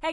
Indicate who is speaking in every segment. Speaker 1: Hey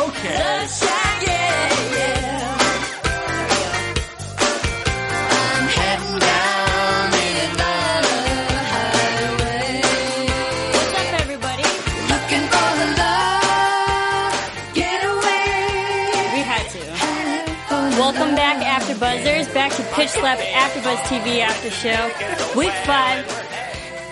Speaker 2: Okay.
Speaker 3: What's up, everybody? We had to. Welcome back, After Buzzers. Back to Pitch Slap After Buzz TV After Show. Week five.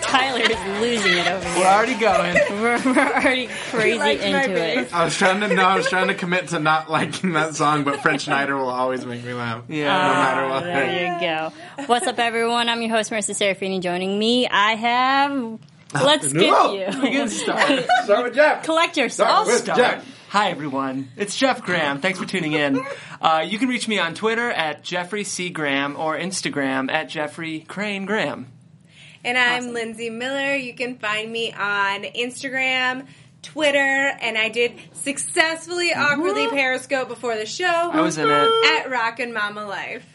Speaker 3: Tyler is losing it over
Speaker 2: We're
Speaker 3: here.
Speaker 2: already going.
Speaker 3: We're, we're already crazy into it.
Speaker 4: I was trying to no, I was trying to commit to not liking that song, but French Schneider will always make me laugh.
Speaker 2: Yeah.
Speaker 4: no matter what.
Speaker 3: There you go. What's up, everyone? I'm your host, Marissa Serafini. Joining me, I have. Let's skip
Speaker 4: No,
Speaker 2: We
Speaker 3: you.
Speaker 2: can start.
Speaker 4: Start with Jeff.
Speaker 3: Collect
Speaker 2: I'll
Speaker 3: yourself.
Speaker 4: With
Speaker 2: start.
Speaker 4: Jeff.
Speaker 2: Hi, everyone. It's Jeff Graham. Thanks for tuning in. Uh, you can reach me on Twitter at Jeffrey C. Graham or Instagram at Jeffrey Crane Graham.
Speaker 5: And I'm Lindsay Miller. You can find me on Instagram, Twitter, and I did successfully awkwardly Periscope before the show. I
Speaker 2: was in it.
Speaker 5: At Rockin' Mama Life.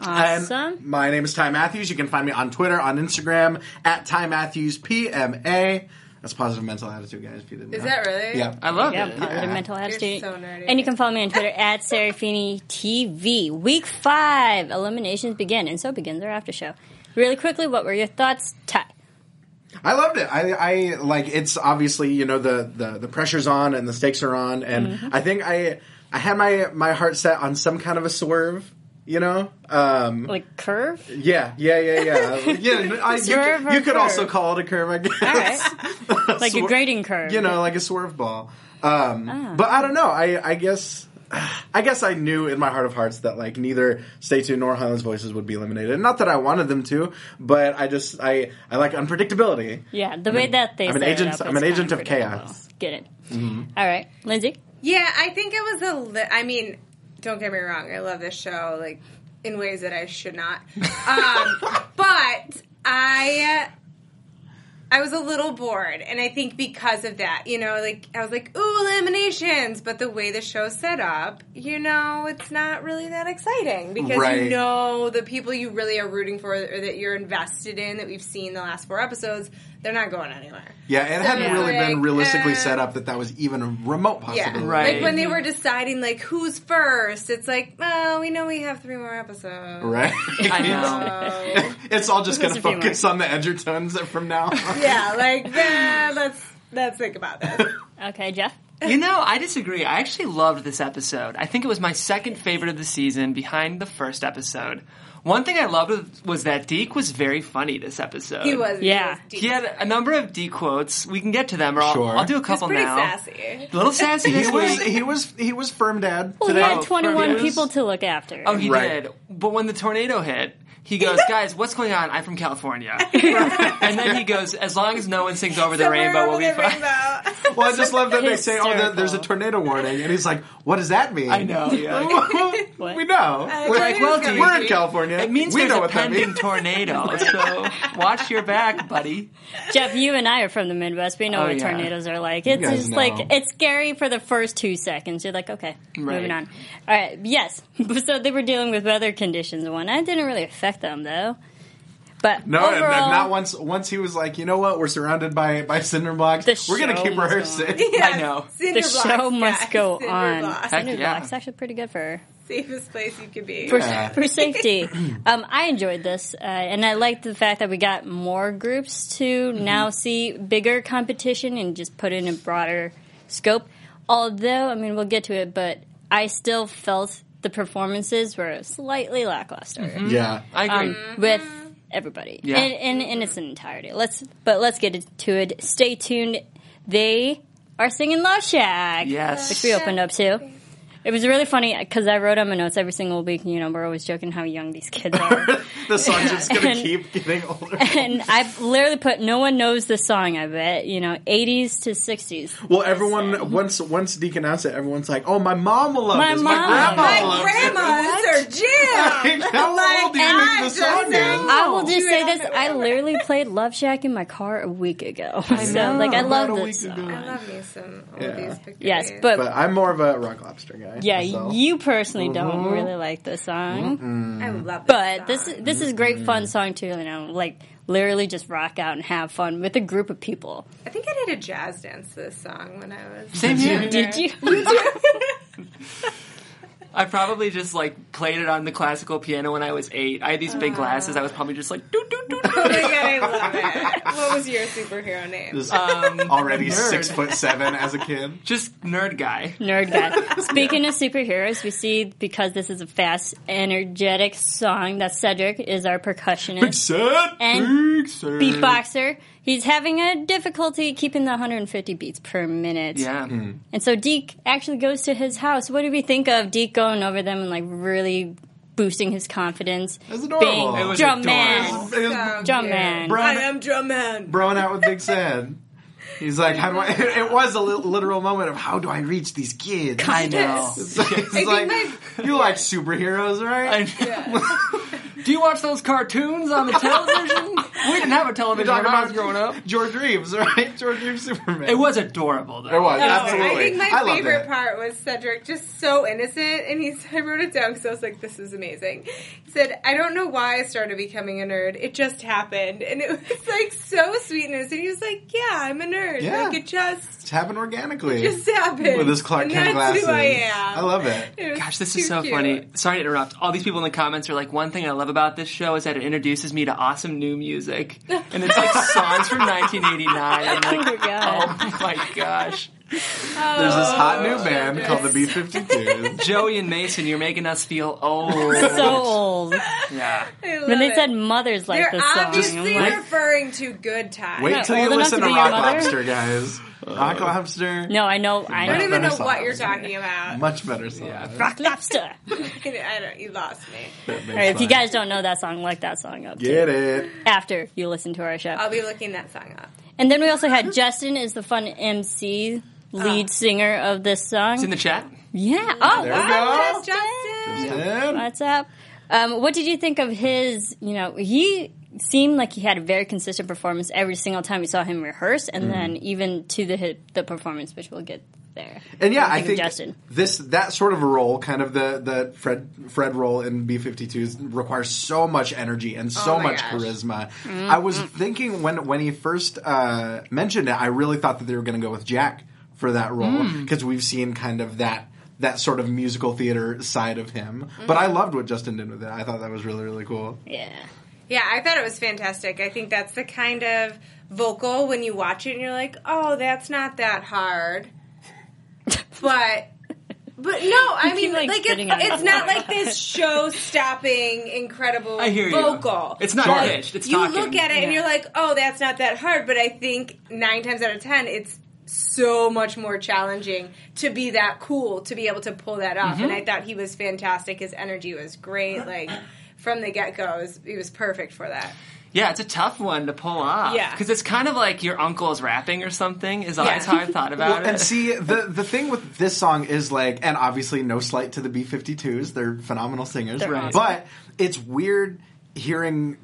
Speaker 3: Awesome.
Speaker 4: My name is Ty Matthews. You can find me on Twitter, on Instagram at Ty Matthews PMA. That's positive mental attitude, guys. If you didn't
Speaker 5: Is
Speaker 4: know.
Speaker 5: that really?
Speaker 4: Yeah.
Speaker 2: I love
Speaker 3: Yeah,
Speaker 2: it.
Speaker 3: positive mental attitude.
Speaker 5: so nerdy.
Speaker 3: and you can follow me on Twitter at Serafini TV. Week five, eliminations begin, and so begins our after show. Really quickly, what were your thoughts, Ty?
Speaker 4: I loved it. I, I like it's obviously you know the, the the pressure's on and the stakes are on, and I think I I had my my heart set on some kind of a swerve. You know, um,
Speaker 3: Like curve?
Speaker 4: yeah, yeah, yeah, yeah, yeah. I, you,
Speaker 3: Swerve or
Speaker 4: could- you could
Speaker 3: curve?
Speaker 4: also call it a curve, I guess.
Speaker 3: All right. like a
Speaker 4: Swer-
Speaker 3: grading curve.
Speaker 4: you know, like a swerve ball. Um, But I don't know. I, I guess. I guess I knew in my heart of hearts that like neither Stay Tuned nor Highlands Voices would be eliminated. Not that I wanted them to, but I just I I like unpredictability.
Speaker 3: Yeah, the way that they.
Speaker 4: I'm an
Speaker 3: set it
Speaker 4: agent-
Speaker 3: up
Speaker 4: I'm
Speaker 3: is
Speaker 4: an agent of
Speaker 3: kinda predictable.
Speaker 4: chaos. Mm-hmm.
Speaker 3: Get it. All right, Lindsay.
Speaker 5: Yeah, I think it was a li- I mean, don't get me wrong. I love this show, like, in ways that I should not. Um, but I... Uh, I was a little bored, and I think because of that, you know, like I was like, "Ooh, eliminations!" But the way the show's set up, you know, it's not really that exciting because
Speaker 4: Right.
Speaker 5: you know the people you really are rooting for, or that you're invested in, that we've seen the last four episodes, they're not going anywhere.
Speaker 4: Yeah, it hadn't
Speaker 5: Yeah.
Speaker 4: really been
Speaker 5: Like,
Speaker 4: realistically
Speaker 5: uh,
Speaker 4: set up that that was even a remote
Speaker 5: Yeah,
Speaker 4: possibility.
Speaker 2: Right.
Speaker 5: Like when they were deciding like who's first, it's like, oh, we know we have three more episodes.
Speaker 4: Right.
Speaker 2: I know.
Speaker 4: it's all just going to
Speaker 3: a few
Speaker 4: focus on the Edgertons from now. on.
Speaker 5: Yeah, like eh, let's let's think about this.
Speaker 3: Okay, Jeff.
Speaker 2: You know, I disagree. I actually loved this episode. I think it was my second favorite of the season behind the first episode. One thing I loved was that Deke was very funny this episode.
Speaker 5: He was
Speaker 3: Yeah.
Speaker 5: he was
Speaker 2: He had a number of D quotes. We can get to them, or I'll,
Speaker 4: Sure.
Speaker 2: I'll do a
Speaker 5: He's
Speaker 2: couple
Speaker 5: pretty
Speaker 2: now.
Speaker 5: sassy.
Speaker 2: A little sassy
Speaker 4: he
Speaker 2: this
Speaker 4: was
Speaker 2: week.
Speaker 4: he was he was firm dad
Speaker 3: Well,
Speaker 4: today.
Speaker 3: he had 21
Speaker 2: Fergus.
Speaker 3: people to look after.
Speaker 2: Oh, he
Speaker 4: Right.
Speaker 2: did. But when the tornado hit, he goes, "Guys, what's going on? I'm from California." and then he goes, "As long as no one sings over the
Speaker 5: Somewhere
Speaker 2: rainbow,
Speaker 5: over
Speaker 2: we'll be
Speaker 5: the
Speaker 2: fine."
Speaker 5: rainbow.
Speaker 4: Well, I just love that they say, "Oh, there-
Speaker 3: Hysterical.
Speaker 4: there's a tornado warning," and he's like, "What does that mean?"
Speaker 2: I know. Yeah.
Speaker 4: Well, we know.
Speaker 3: Uh,
Speaker 4: We're,
Speaker 2: like, well,
Speaker 4: we're
Speaker 2: dude,
Speaker 4: in California.
Speaker 2: It means
Speaker 4: we
Speaker 2: there's
Speaker 4: know
Speaker 2: a
Speaker 4: what that
Speaker 2: pending
Speaker 4: means.
Speaker 2: tornado, so watch your back, buddy.
Speaker 3: Jeff, you and I are from the Midwest. We know
Speaker 2: Oh,
Speaker 3: what
Speaker 2: yeah.
Speaker 3: tornadoes are like. It's
Speaker 4: guys
Speaker 3: just
Speaker 4: know.
Speaker 3: like it's scary for the first two seconds. You're like, okay,
Speaker 2: Right.
Speaker 3: moving on. All right, yes. so they were dealing with weather conditions. and One that didn't really affect them though. But
Speaker 4: No,
Speaker 3: overall,
Speaker 4: and, and not once. Once he was like, "You know what? We're surrounded by by cinder blocks.
Speaker 3: The
Speaker 4: We're gonna
Speaker 3: show
Speaker 4: keep
Speaker 3: must go
Speaker 4: rehearsing."
Speaker 2: I know.
Speaker 5: Cinder
Speaker 3: the
Speaker 5: blocks,
Speaker 3: show must
Speaker 5: guys.
Speaker 3: go
Speaker 5: Cinder
Speaker 3: on.
Speaker 5: blocks.
Speaker 2: Heck
Speaker 3: Cinder
Speaker 2: yeah.
Speaker 3: blocks actually pretty good for
Speaker 5: Safest place you could be.
Speaker 3: for,
Speaker 4: Yeah.
Speaker 3: for safety. um, I enjoyed this, uh, and I liked the fact that we got more groups to now see bigger competition and just put in a broader scope. Although, I mean, we'll get to it, but I still felt the performances were slightly lackluster
Speaker 4: Yeah.
Speaker 2: I agree.
Speaker 3: with everybody
Speaker 2: Yeah.
Speaker 3: in, in, in its entirety. Let's but let's get to it. Stay tuned. They are singing Love Shack,
Speaker 2: Yes.
Speaker 3: which we opened up to. It was really funny because I wrote on my notes every single week. You know, we're always joking how young these kids are,
Speaker 4: the song's just gonna
Speaker 3: And-
Speaker 4: keep getting older.
Speaker 3: and I literally put, "No one knows this song." I bet you know, eighties to sixties.
Speaker 4: Well, everyone once once Deke announced it, everyone's like, "Oh, my mom will love
Speaker 3: My
Speaker 4: this.
Speaker 3: mom.
Speaker 4: My grandma
Speaker 3: My
Speaker 4: will love
Speaker 5: grandmas are Jim.
Speaker 4: this." How old do you think
Speaker 5: Like,
Speaker 4: the
Speaker 5: I'm
Speaker 4: song
Speaker 5: just-
Speaker 4: is?
Speaker 3: I will
Speaker 5: Do
Speaker 3: just
Speaker 5: it
Speaker 3: say
Speaker 5: on
Speaker 3: this:
Speaker 5: the-
Speaker 3: I literally played Love Shack in my car a week ago. so,
Speaker 4: know,
Speaker 3: like, I
Speaker 4: about
Speaker 3: love
Speaker 4: a
Speaker 3: this
Speaker 4: week ago.
Speaker 3: song.
Speaker 5: I love me some oldies
Speaker 4: Yeah.
Speaker 5: pictures.
Speaker 3: Yes, but,
Speaker 4: But I'm more of a rock lobster guy.
Speaker 3: yeah,
Speaker 4: myself. Mm-hmm.
Speaker 3: you personally don't really like this song.
Speaker 5: I love.
Speaker 3: But
Speaker 5: this
Speaker 3: this is this is a great
Speaker 4: Mm-hmm.
Speaker 3: fun song too. You know, like literally just rock out and have fun with a group of people.
Speaker 5: I think I did a jazz dance to this song when I was.
Speaker 2: Same here.
Speaker 3: Did you?
Speaker 2: I probably just like played it on the classical piano when I was eight. I had these big glasses. I was probably just like doo doo doo. doo.
Speaker 5: Oh my god, I love it. What was your superhero name?
Speaker 4: Just
Speaker 2: Um,
Speaker 4: already
Speaker 2: nerd.
Speaker 4: six foot seven as a kid.
Speaker 2: just nerd guy.
Speaker 3: Nerd guy. Speaking of superheroes, we see because this is a fast, energetic song that Cedric is our percussionist
Speaker 4: Set,
Speaker 3: And
Speaker 4: set.
Speaker 3: beatboxer. He's having a difficulty keeping the 150 beats per minute.
Speaker 2: Yeah.
Speaker 3: And so Deke actually goes to his house. What do we think of Deke going over them and like really boosting his confidence?
Speaker 4: That's adorable.
Speaker 3: Being
Speaker 4: It was
Speaker 3: drum
Speaker 2: adorable.
Speaker 3: man.
Speaker 4: It was
Speaker 5: So
Speaker 3: Drum
Speaker 5: cute.
Speaker 3: man.
Speaker 5: I
Speaker 4: Brown-
Speaker 5: am drum man.
Speaker 4: brown out with Big Sad. He's like, how do I? It was a li- literal moment of how do I reach these kids?
Speaker 2: I know.
Speaker 4: It's like, it's
Speaker 5: think
Speaker 4: like,
Speaker 5: my-
Speaker 4: you like superheroes, right?
Speaker 2: I know. Do you watch those cartoons on the television? we didn't have a
Speaker 4: You're
Speaker 2: television when
Speaker 4: talking
Speaker 2: I
Speaker 4: about
Speaker 2: was growing up.
Speaker 4: George Reeves, right? George Reeves Superman.
Speaker 2: It was adorable though.
Speaker 4: It was absolutely.
Speaker 5: I think my
Speaker 4: loved
Speaker 5: favorite
Speaker 4: it.
Speaker 5: part was Cedric just so innocent, and he's. I wrote it down because I was like, "This is amazing." He said, "I don't know why I started becoming a nerd. It just happened," and it was like so sweet and innocent. He was like, "Yeah, I'm a nerd.
Speaker 4: Yeah.
Speaker 5: Like it just
Speaker 4: It's happened organically.
Speaker 5: just happened."
Speaker 4: with his Clark
Speaker 5: and
Speaker 4: Kent
Speaker 5: that's
Speaker 4: glasses.
Speaker 5: who I am.
Speaker 4: I love it.
Speaker 5: It was
Speaker 2: Gosh, this
Speaker 5: too
Speaker 2: is so
Speaker 5: cute.
Speaker 2: funny. Sorry to interrupt. All these people in the comments are like, one thing I love about this show is that it introduces me to awesome new music. And it's like songs from 1989. I'm
Speaker 3: Oh
Speaker 2: like,
Speaker 3: my god.
Speaker 2: oh my gosh.
Speaker 5: Oh,
Speaker 4: There's this hot new band called the B52s.
Speaker 2: Joey and Mason, you're making us feel old.
Speaker 3: So old.
Speaker 2: yeah.
Speaker 5: I love
Speaker 3: When they
Speaker 5: it.
Speaker 3: said mothers like
Speaker 5: They're
Speaker 3: this song,
Speaker 5: obviously
Speaker 3: I'm like,
Speaker 5: referring to good times.
Speaker 4: Wait till you
Speaker 3: old enough
Speaker 4: listen
Speaker 3: to
Speaker 4: to,
Speaker 3: be your
Speaker 4: Rock
Speaker 3: mother?
Speaker 4: Lobster, guys. Rock Lobster.
Speaker 3: no, I know, I
Speaker 5: I don't
Speaker 3: know.
Speaker 5: even
Speaker 4: better
Speaker 5: know what
Speaker 4: songs.
Speaker 5: you're talking about.
Speaker 4: Much better song.
Speaker 3: Rock Lobster.
Speaker 5: I don't. You lost me.
Speaker 4: That makes
Speaker 3: All right, if you
Speaker 4: sense.
Speaker 3: guys don't know that song, look that song up. too,
Speaker 4: get it,
Speaker 3: After you listen to our show.
Speaker 5: I'll be looking that song up.
Speaker 3: And then we also had Justin is the fun MC, lead
Speaker 5: Oh.
Speaker 3: singer of this
Speaker 2: It's in
Speaker 3: song.
Speaker 2: the chat.
Speaker 3: yeah. Oh,
Speaker 4: There we
Speaker 3: wow.
Speaker 4: go.
Speaker 5: That's Justin.
Speaker 4: Justin.
Speaker 3: What's up? Um, what did you think of his? You know, he seemed like he had a very consistent performance every single time we saw him rehearse, and
Speaker 4: Mm.
Speaker 3: then even to the hit, the performance, which we'll get there.
Speaker 4: And yeah,
Speaker 3: What do you
Speaker 4: I
Speaker 3: of
Speaker 4: think
Speaker 3: Justin.
Speaker 4: this that sort of a role, kind of the the Fred Fred role in B 52s requires so much energy and so
Speaker 5: Oh my
Speaker 4: much
Speaker 5: gosh.
Speaker 4: charisma.
Speaker 3: Mm-hmm.
Speaker 4: I was thinking when when he first uh, mentioned it, I really thought that they were going to go with Jack for that role
Speaker 3: Mm.
Speaker 4: because we've seen kind of that that sort of musical theater side of him. But
Speaker 3: Mm-hmm.
Speaker 4: I loved what Justin did with it. I thought that was really really cool.
Speaker 3: Yeah.
Speaker 5: Yeah, I thought it was fantastic. I think that's the kind of vocal when you watch it and you're like, oh, that's not that hard. But. But no, I mean,
Speaker 3: like,
Speaker 5: like, it's,
Speaker 3: spitting on your
Speaker 5: it's not like this show-stopping, incredible
Speaker 2: I hear you.
Speaker 5: vocal.
Speaker 2: It's not
Speaker 4: Sure.
Speaker 2: pitched. It's
Speaker 5: you
Speaker 2: talking.
Speaker 5: look at it and you're like, oh, that's not that hard. But I think nine times out of ten, it's so much more challenging to be that cool to be able to pull that off.
Speaker 2: Mm-hmm.
Speaker 5: And I thought he was fantastic. His energy was great. Like from the get go, he was perfect for that.
Speaker 2: Yeah, it's a tough one to pull off.
Speaker 5: Yeah.
Speaker 2: Because it's kind of like your uncle's rapping or something, is always
Speaker 5: Yeah.
Speaker 2: how I thought about
Speaker 4: Well,
Speaker 2: it.
Speaker 4: and see, the the thing with this song is like, and obviously, no slight to the B 52s. They're phenomenal singers.
Speaker 3: They're awesome.
Speaker 4: But it's weird hearing,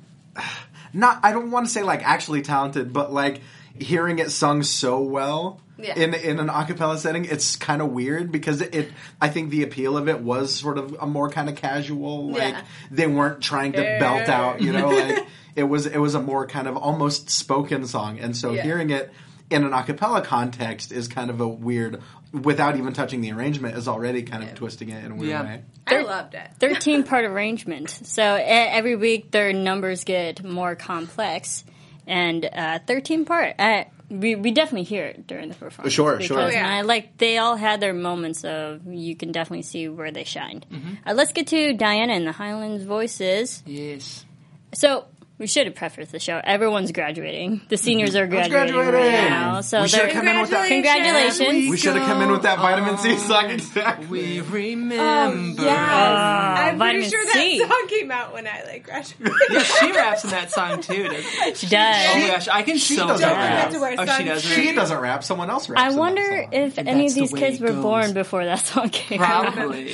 Speaker 4: not, I don't want to say like actually talented, but like hearing it sung so well.
Speaker 5: Yeah.
Speaker 4: In in an acapella setting, it's kind of weird because it, it. I think the appeal of it was sort of a more kind of casual. Like
Speaker 5: Yeah.
Speaker 4: they weren't trying to belt out, you know. Like it was it was a more kind of almost spoken song, and so
Speaker 5: Yeah.
Speaker 4: hearing it in an a cappella context is kind of a weird without even touching the arrangement is already kind of twisting it in a weird
Speaker 2: Yeah.
Speaker 4: way
Speaker 5: I loved it.
Speaker 3: 13 part arrangement. So e- every week their numbers get more complex. And uh, 13 part. Uh, we, we definitely hear it during the performance.
Speaker 4: Sure,
Speaker 3: because
Speaker 4: sure. Oh,
Speaker 5: yeah.
Speaker 3: I like they all had their moments of you can definitely see where they shined.
Speaker 2: Mm-hmm.
Speaker 3: Uh, let's get to Diana and the Highlands Voices.
Speaker 2: Yes.
Speaker 3: So we should have prefaced the show. Everyone's graduating.
Speaker 2: Mm-hmm.
Speaker 3: The seniors are
Speaker 4: Everyone's
Speaker 3: graduating,
Speaker 4: graduating.
Speaker 3: right now. So
Speaker 4: We should
Speaker 3: they're
Speaker 4: have come in with that.
Speaker 3: congratulations.
Speaker 4: We should have come in with that vitamin C song. Exactly.
Speaker 2: Um, We
Speaker 5: Oh,
Speaker 2: remember. uh,
Speaker 5: I'm pretty
Speaker 3: vitamin
Speaker 5: sure
Speaker 3: C.
Speaker 5: that song came out when I like graduated.
Speaker 2: Yeah, she raps in that song too. doesn't she?
Speaker 3: She does.
Speaker 2: oh my gosh, I can so
Speaker 4: doesn't
Speaker 2: rap.
Speaker 4: rap.
Speaker 2: Oh, she does.
Speaker 4: She doesn't rap. Someone else raps.
Speaker 3: I
Speaker 4: in that
Speaker 3: wonder
Speaker 4: song.
Speaker 3: if any
Speaker 2: that's
Speaker 3: of
Speaker 2: the
Speaker 3: these
Speaker 2: way
Speaker 3: kids
Speaker 2: it
Speaker 3: were
Speaker 2: goes.
Speaker 3: born before that song came out.
Speaker 2: Probably.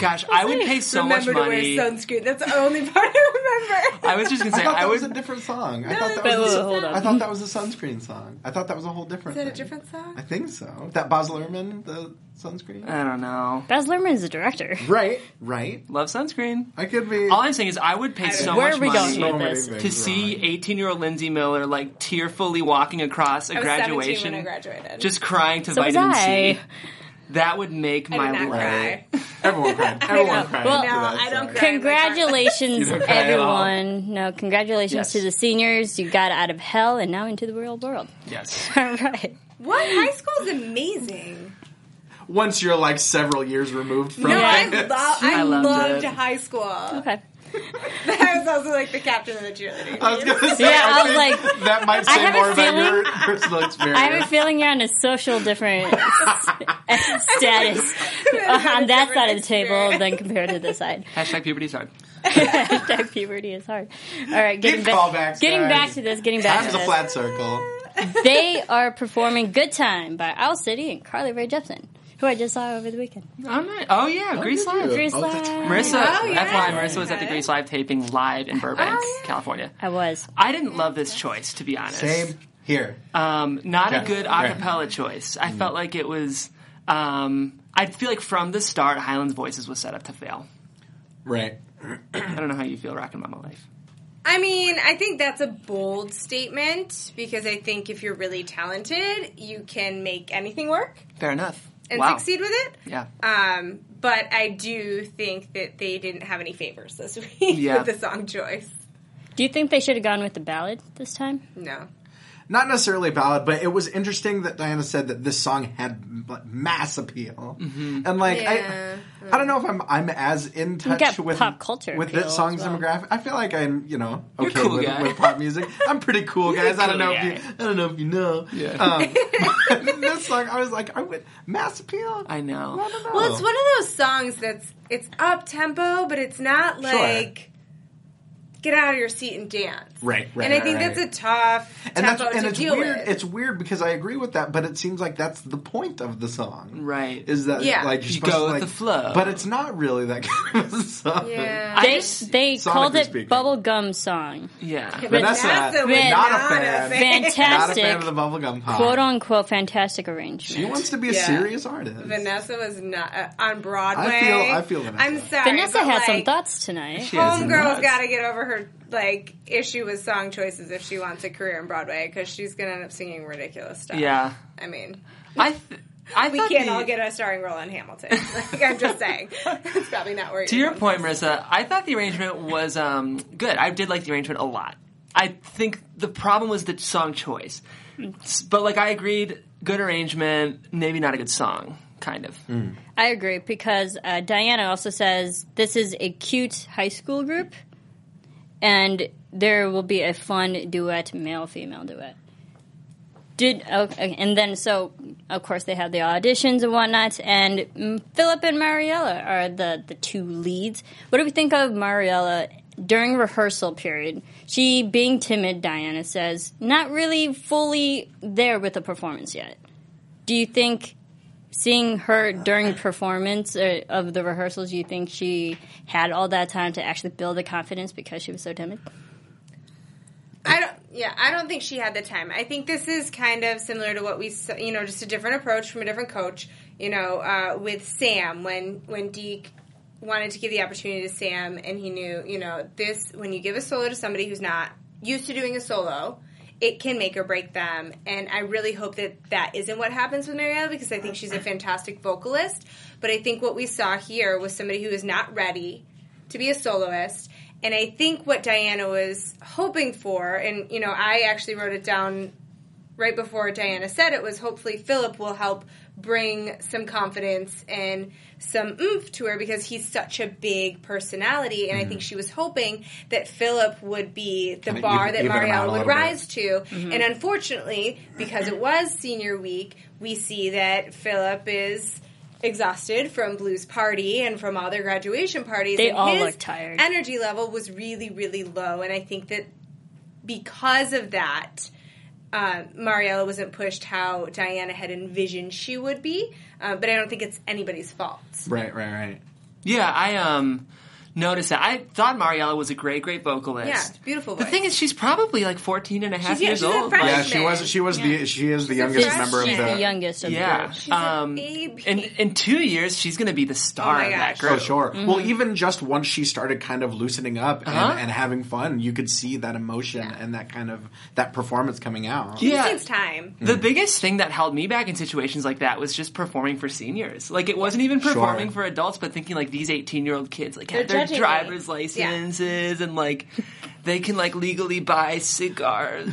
Speaker 2: Gosh, I would pay so much
Speaker 5: remember to wear
Speaker 2: money.
Speaker 5: sunscreen. That's the only part I remember.
Speaker 2: I was just gonna
Speaker 4: I
Speaker 2: say
Speaker 4: thought
Speaker 2: I
Speaker 4: that was a
Speaker 2: would.
Speaker 4: different song. I thought that
Speaker 3: But
Speaker 4: was.
Speaker 3: wait,
Speaker 4: a-
Speaker 3: hold on.
Speaker 4: I thought that was a sunscreen song. I thought that was a whole different.
Speaker 5: Is that a
Speaker 4: thing.
Speaker 5: different
Speaker 4: I
Speaker 5: song?
Speaker 4: think so. That Baz Luhrmann, the sunscreen.
Speaker 2: I don't know.
Speaker 3: Baz Luhrmann is the director.
Speaker 4: right, right.
Speaker 2: Love sunscreen.
Speaker 4: I could be.
Speaker 2: All I'm saying is I would pay so
Speaker 3: Where
Speaker 2: much
Speaker 3: are we
Speaker 2: money.
Speaker 3: going with
Speaker 4: many
Speaker 3: this?
Speaker 4: things
Speaker 2: to see
Speaker 4: wrong.
Speaker 2: 18 year old Lindsay Miller like tearfully walking across a
Speaker 5: I was 17
Speaker 2: graduation,
Speaker 5: when I graduated.
Speaker 2: just crying to
Speaker 3: So was
Speaker 2: vitamin C.
Speaker 3: I.
Speaker 2: That would make
Speaker 5: I
Speaker 2: my
Speaker 5: did not
Speaker 2: life.
Speaker 5: cry.
Speaker 4: Everyone cried. Everyone cried.
Speaker 3: Well,
Speaker 4: to
Speaker 5: No,
Speaker 4: that
Speaker 5: I don't
Speaker 4: song.
Speaker 5: cry.
Speaker 3: Congratulations,
Speaker 2: don't cry at all.
Speaker 3: everyone. No, congratulations
Speaker 2: Yes.
Speaker 3: to the seniors. You got out of hell and now into the real world.
Speaker 2: Yes.
Speaker 3: All right.
Speaker 5: What? High school is amazing.
Speaker 4: Once you're like several years removed from
Speaker 5: No, I,
Speaker 4: it.
Speaker 5: lo-
Speaker 2: I
Speaker 5: I
Speaker 2: loved
Speaker 5: loved
Speaker 2: it.
Speaker 5: high school.
Speaker 3: Okay.
Speaker 5: I was also like the captain of the cheerleading.
Speaker 4: I was gonna say,
Speaker 3: Yeah, I
Speaker 4: I,
Speaker 3: was
Speaker 4: think
Speaker 3: like-
Speaker 4: that might say
Speaker 3: have a
Speaker 4: more about
Speaker 3: feeling-
Speaker 4: your personal experience.
Speaker 3: I have a feeling you're on a social different status uh, on that side of the table than compared to this side.
Speaker 2: Hashtag puberty's hard.
Speaker 3: Hashtag puberty is hard. All right, getting
Speaker 4: Give
Speaker 3: back,
Speaker 4: callbacks,
Speaker 3: getting
Speaker 4: guys.
Speaker 3: back to this, getting back to
Speaker 4: That's the
Speaker 3: this.
Speaker 4: flat circle.
Speaker 3: They are performing "Good Time" by Owl City and Carly Rae Jepsen, who I just saw over the weekend.
Speaker 2: Oh, nice. oh yeah, Grease Live.
Speaker 4: you?
Speaker 3: Grease
Speaker 4: Oh, that's
Speaker 3: Live.
Speaker 2: Marissa,
Speaker 5: Oh,
Speaker 2: FYI,
Speaker 5: yeah. Oh,
Speaker 2: Marissa was at the Grease Live taping live in Burbank, California.
Speaker 3: I was.
Speaker 2: I didn't love this choice, to be honest.
Speaker 4: Same here.
Speaker 3: Uh,
Speaker 2: Um, not
Speaker 4: Yeah.
Speaker 2: a good
Speaker 4: Right.
Speaker 2: acapella choice. I felt like it was. Um, I feel like from the start, Highland's Voices was set up to fail.
Speaker 4: Right.
Speaker 2: I don't know how you feel, Rockin' Mama Life.
Speaker 5: I mean, I think that's a bold statement because I think if you're really talented, you can make anything work
Speaker 2: Fair enough.
Speaker 5: and
Speaker 2: wow.
Speaker 5: succeed with it.
Speaker 2: Yeah.
Speaker 5: Um, but I do think that they didn't have any favors this week
Speaker 2: Yeah.
Speaker 5: with the song choice.
Speaker 3: Do you think they should have gone with the ballad this time?
Speaker 5: No.
Speaker 4: Not necessarily ballad, but it was interesting that Diana said that this song had like, mass appeal,
Speaker 2: Mm-hmm.
Speaker 4: and like
Speaker 5: Yeah.
Speaker 4: I, I don't know if I'm I'm as in touch
Speaker 3: got
Speaker 4: with
Speaker 3: pop culture
Speaker 4: with
Speaker 3: appeal
Speaker 4: this song's
Speaker 3: as well.
Speaker 4: demographic. I feel like I'm you know
Speaker 2: You're
Speaker 4: okay
Speaker 2: cool
Speaker 4: with,
Speaker 2: guy.
Speaker 4: with pop music. I'm pretty cool,
Speaker 2: a
Speaker 4: guys. I don't
Speaker 2: cool
Speaker 4: know if
Speaker 2: guy.
Speaker 4: you I don't know if you know. Um, but this song, I was like, I would mass appeal.
Speaker 2: I know.
Speaker 4: I don't know.
Speaker 5: Well, it's one of those songs that's it's up tempo, but it's not like get out of your seat and dance.
Speaker 4: Right, right,
Speaker 5: And I
Speaker 4: right,
Speaker 5: think
Speaker 4: right.
Speaker 5: that's a tough
Speaker 4: and that's
Speaker 5: tempo
Speaker 4: and
Speaker 5: to
Speaker 4: it's
Speaker 5: deal
Speaker 4: weird.
Speaker 5: with.
Speaker 4: It's weird because I agree with that, but it seems like that's the point of the song,
Speaker 2: Right.
Speaker 4: Is that
Speaker 5: Yeah.
Speaker 4: like you're
Speaker 2: You
Speaker 4: supposed
Speaker 2: go with
Speaker 4: to, like,
Speaker 2: the flow.
Speaker 4: but it's not really that kind of a song.
Speaker 5: yeah.
Speaker 2: I
Speaker 3: They,
Speaker 2: just,
Speaker 3: they
Speaker 4: sonically
Speaker 3: called it
Speaker 4: speaking.
Speaker 3: bubblegum song.
Speaker 2: yeah.
Speaker 4: But that's
Speaker 5: Vanessa
Speaker 4: not,
Speaker 5: was
Speaker 4: not,
Speaker 5: not
Speaker 4: a
Speaker 5: a
Speaker 4: fan.
Speaker 5: fan.
Speaker 4: Not a fan
Speaker 3: Fantastic,
Speaker 4: of the bubblegum pop.
Speaker 3: quote unquote, fantastic
Speaker 4: She
Speaker 3: arrangement.
Speaker 4: wants to be a
Speaker 5: Yeah.
Speaker 4: serious artist.
Speaker 5: Vanessa was not uh, on Broadway.
Speaker 4: I feel Vanessa.
Speaker 5: I'm sorry.
Speaker 3: Vanessa
Speaker 5: but,
Speaker 3: had some
Speaker 5: like,
Speaker 3: thoughts tonight.
Speaker 2: She is
Speaker 5: Homegirl's
Speaker 2: nuts.
Speaker 5: got to get over her like issue with song choices if she wants a career in Broadway because she's gonna end up singing ridiculous stuff.
Speaker 2: Yeah.
Speaker 5: I mean,
Speaker 2: I, th- I
Speaker 5: we
Speaker 2: thought
Speaker 5: can't
Speaker 2: the-
Speaker 5: all get a starring role in Hamilton. like, I'm just saying, it's probably not where.
Speaker 2: To your point, Marissa, I thought the arrangement was um, good. I did like the arrangement a lot. I think the problem was the song choice. S- But like I agreed, good arrangement, maybe not a good song, kind of.
Speaker 3: I agree because uh, Diana also says this is a cute high school group, and there will be a fun duet, male female duet. Did okay, and then so of course they have the auditions and whatnot, and mm, Philip and Mariella are the the two leads. What do we think of Mariella? During rehearsal period, she being timid, Diana says, not really fully there with the performance yet. Do you think seeing her during performance uh, of the rehearsals, you think she had all that time to actually build the confidence because she was so timid?
Speaker 5: I don't. Yeah, I don't think she had the time. I think this is kind of similar to what we, s- you know, just a different approach from a different coach. You know, uh, with Sam when when Deke wanted to give the opportunity to Sam, and he knew, you know, this when you give a solo to somebody who's not used to doing a solo. It can make or break them, and I really hope that that isn't what happens with Mariella because I think she's a fantastic vocalist. But I think what we saw here was somebody who is not ready to be a soloist. And I think what Diana was hoping for, and you know, I actually wrote it down right before Diana said it was hopefully Philip will help bring some confidence and some oomph to her because he's such a big personality. And I think she was hoping that Philip would be the
Speaker 6: Mm. Kinda
Speaker 5: bar
Speaker 6: even-
Speaker 5: that
Speaker 6: even him out
Speaker 5: Marielle
Speaker 6: a
Speaker 5: would
Speaker 6: little bit.
Speaker 5: rise to. And
Speaker 3: Mm-hmm.
Speaker 5: unfortunately, because it was senior week, we see that Philip is. Exhausted from Blue's party and from all their graduation parties.
Speaker 3: They
Speaker 5: and
Speaker 3: all
Speaker 5: his
Speaker 3: look tired.
Speaker 5: Energy level was really, really low, and I think that because of that, uh, Mariella wasn't pushed how Diana had envisioned she would be. Uh, but I don't think it's anybody's fault.
Speaker 4: Right, right, right.
Speaker 2: Yeah, I um noticed that. I thought Mariella was a great, great vocalist.
Speaker 5: Yeah, beautiful
Speaker 2: The
Speaker 5: voice.
Speaker 2: thing is, she's probably like 14 and a half
Speaker 5: She's- yeah,
Speaker 2: years
Speaker 5: she's a
Speaker 2: old.
Speaker 5: freshman.
Speaker 4: Yeah, she was. She was the. She is the youngest
Speaker 3: She's,
Speaker 4: member of
Speaker 3: she's
Speaker 4: the.
Speaker 3: the youngest of the
Speaker 2: Yeah.
Speaker 3: group.
Speaker 5: a
Speaker 2: um,
Speaker 5: baby.
Speaker 2: In, in two years, she's going to be the star
Speaker 5: Oh my
Speaker 2: of that
Speaker 5: gosh.
Speaker 2: group.
Speaker 4: Oh, sure.
Speaker 3: Mm-hmm.
Speaker 4: Well, even just once she started kind of loosening up and,
Speaker 2: Uh-huh.
Speaker 4: and having fun, you could see that emotion and that kind of that performance coming out.
Speaker 5: She
Speaker 2: Yeah.
Speaker 5: seems time.
Speaker 2: The biggest thing that held me back in situations like that was just performing for seniors. Like it wasn't even performing for adults, but thinking like these eighteen-year-old kids like have
Speaker 5: They're
Speaker 2: their
Speaker 5: judging
Speaker 2: driver's
Speaker 5: me.
Speaker 2: licenses and like they can like legally buy cigars.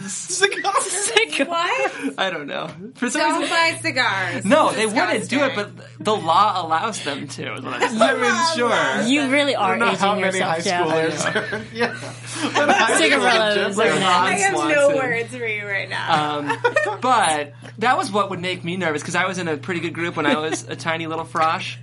Speaker 5: What?
Speaker 2: I don't know. For some
Speaker 5: Don't
Speaker 2: reason,
Speaker 5: buy cigars.
Speaker 2: no,
Speaker 5: It's
Speaker 2: they wouldn't do it, but
Speaker 5: disgusting.
Speaker 2: the law allows them to. is what I'm saying.
Speaker 4: I mean, sure.
Speaker 3: You really are
Speaker 4: know how
Speaker 3: aging
Speaker 4: many high
Speaker 3: yourself down.
Speaker 4: schoolers. yeah. But I think
Speaker 3: Cigarillos.
Speaker 2: Like
Speaker 3: and
Speaker 2: Ron
Speaker 5: I
Speaker 3: then-
Speaker 5: have
Speaker 2: Swanson.
Speaker 5: no words for you right now.
Speaker 2: Um, but that was what would make me nervous because I was in a pretty good group when I was a tiny little frosh,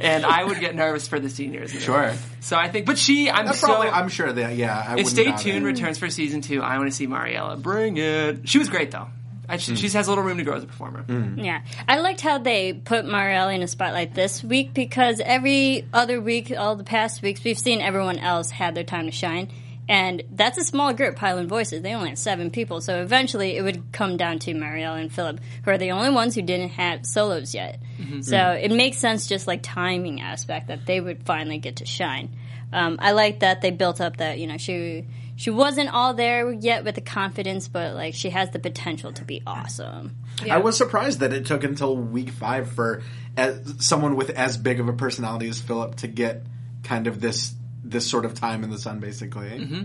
Speaker 2: and I would get nervous for the seniors.
Speaker 4: Sure.
Speaker 2: So I think, but she, I'm
Speaker 4: That's
Speaker 2: so.
Speaker 4: probably. I'm sure that. Yeah. I
Speaker 2: if
Speaker 4: wouldn't
Speaker 2: Stay
Speaker 4: doubt it.
Speaker 2: Tuned returns for season two, I want to see Mariella. Bring it. She was great though. I, she,
Speaker 4: Mm.
Speaker 2: she has a little room to grow as a performer.
Speaker 3: Yeah, I liked how they put Marielle in a spotlight this week because every other week, all the past weeks, we've seen everyone else had their time to shine, and that's a small group, Highland Voices. They only had seven people, so eventually it would come down to Marielle and Philip, who are the only ones who didn't have solos yet. So it makes sense, just like timing aspect, that they would finally get to shine. Um, I like that they built up that you know she she wasn't all there yet with the confidence, but like she has the potential to be awesome.
Speaker 4: I was surprised that it took until week five for as, someone with as big of a personality as Philip to get kind of this this sort of time in the sun, basically.
Speaker 2: Mm-hmm.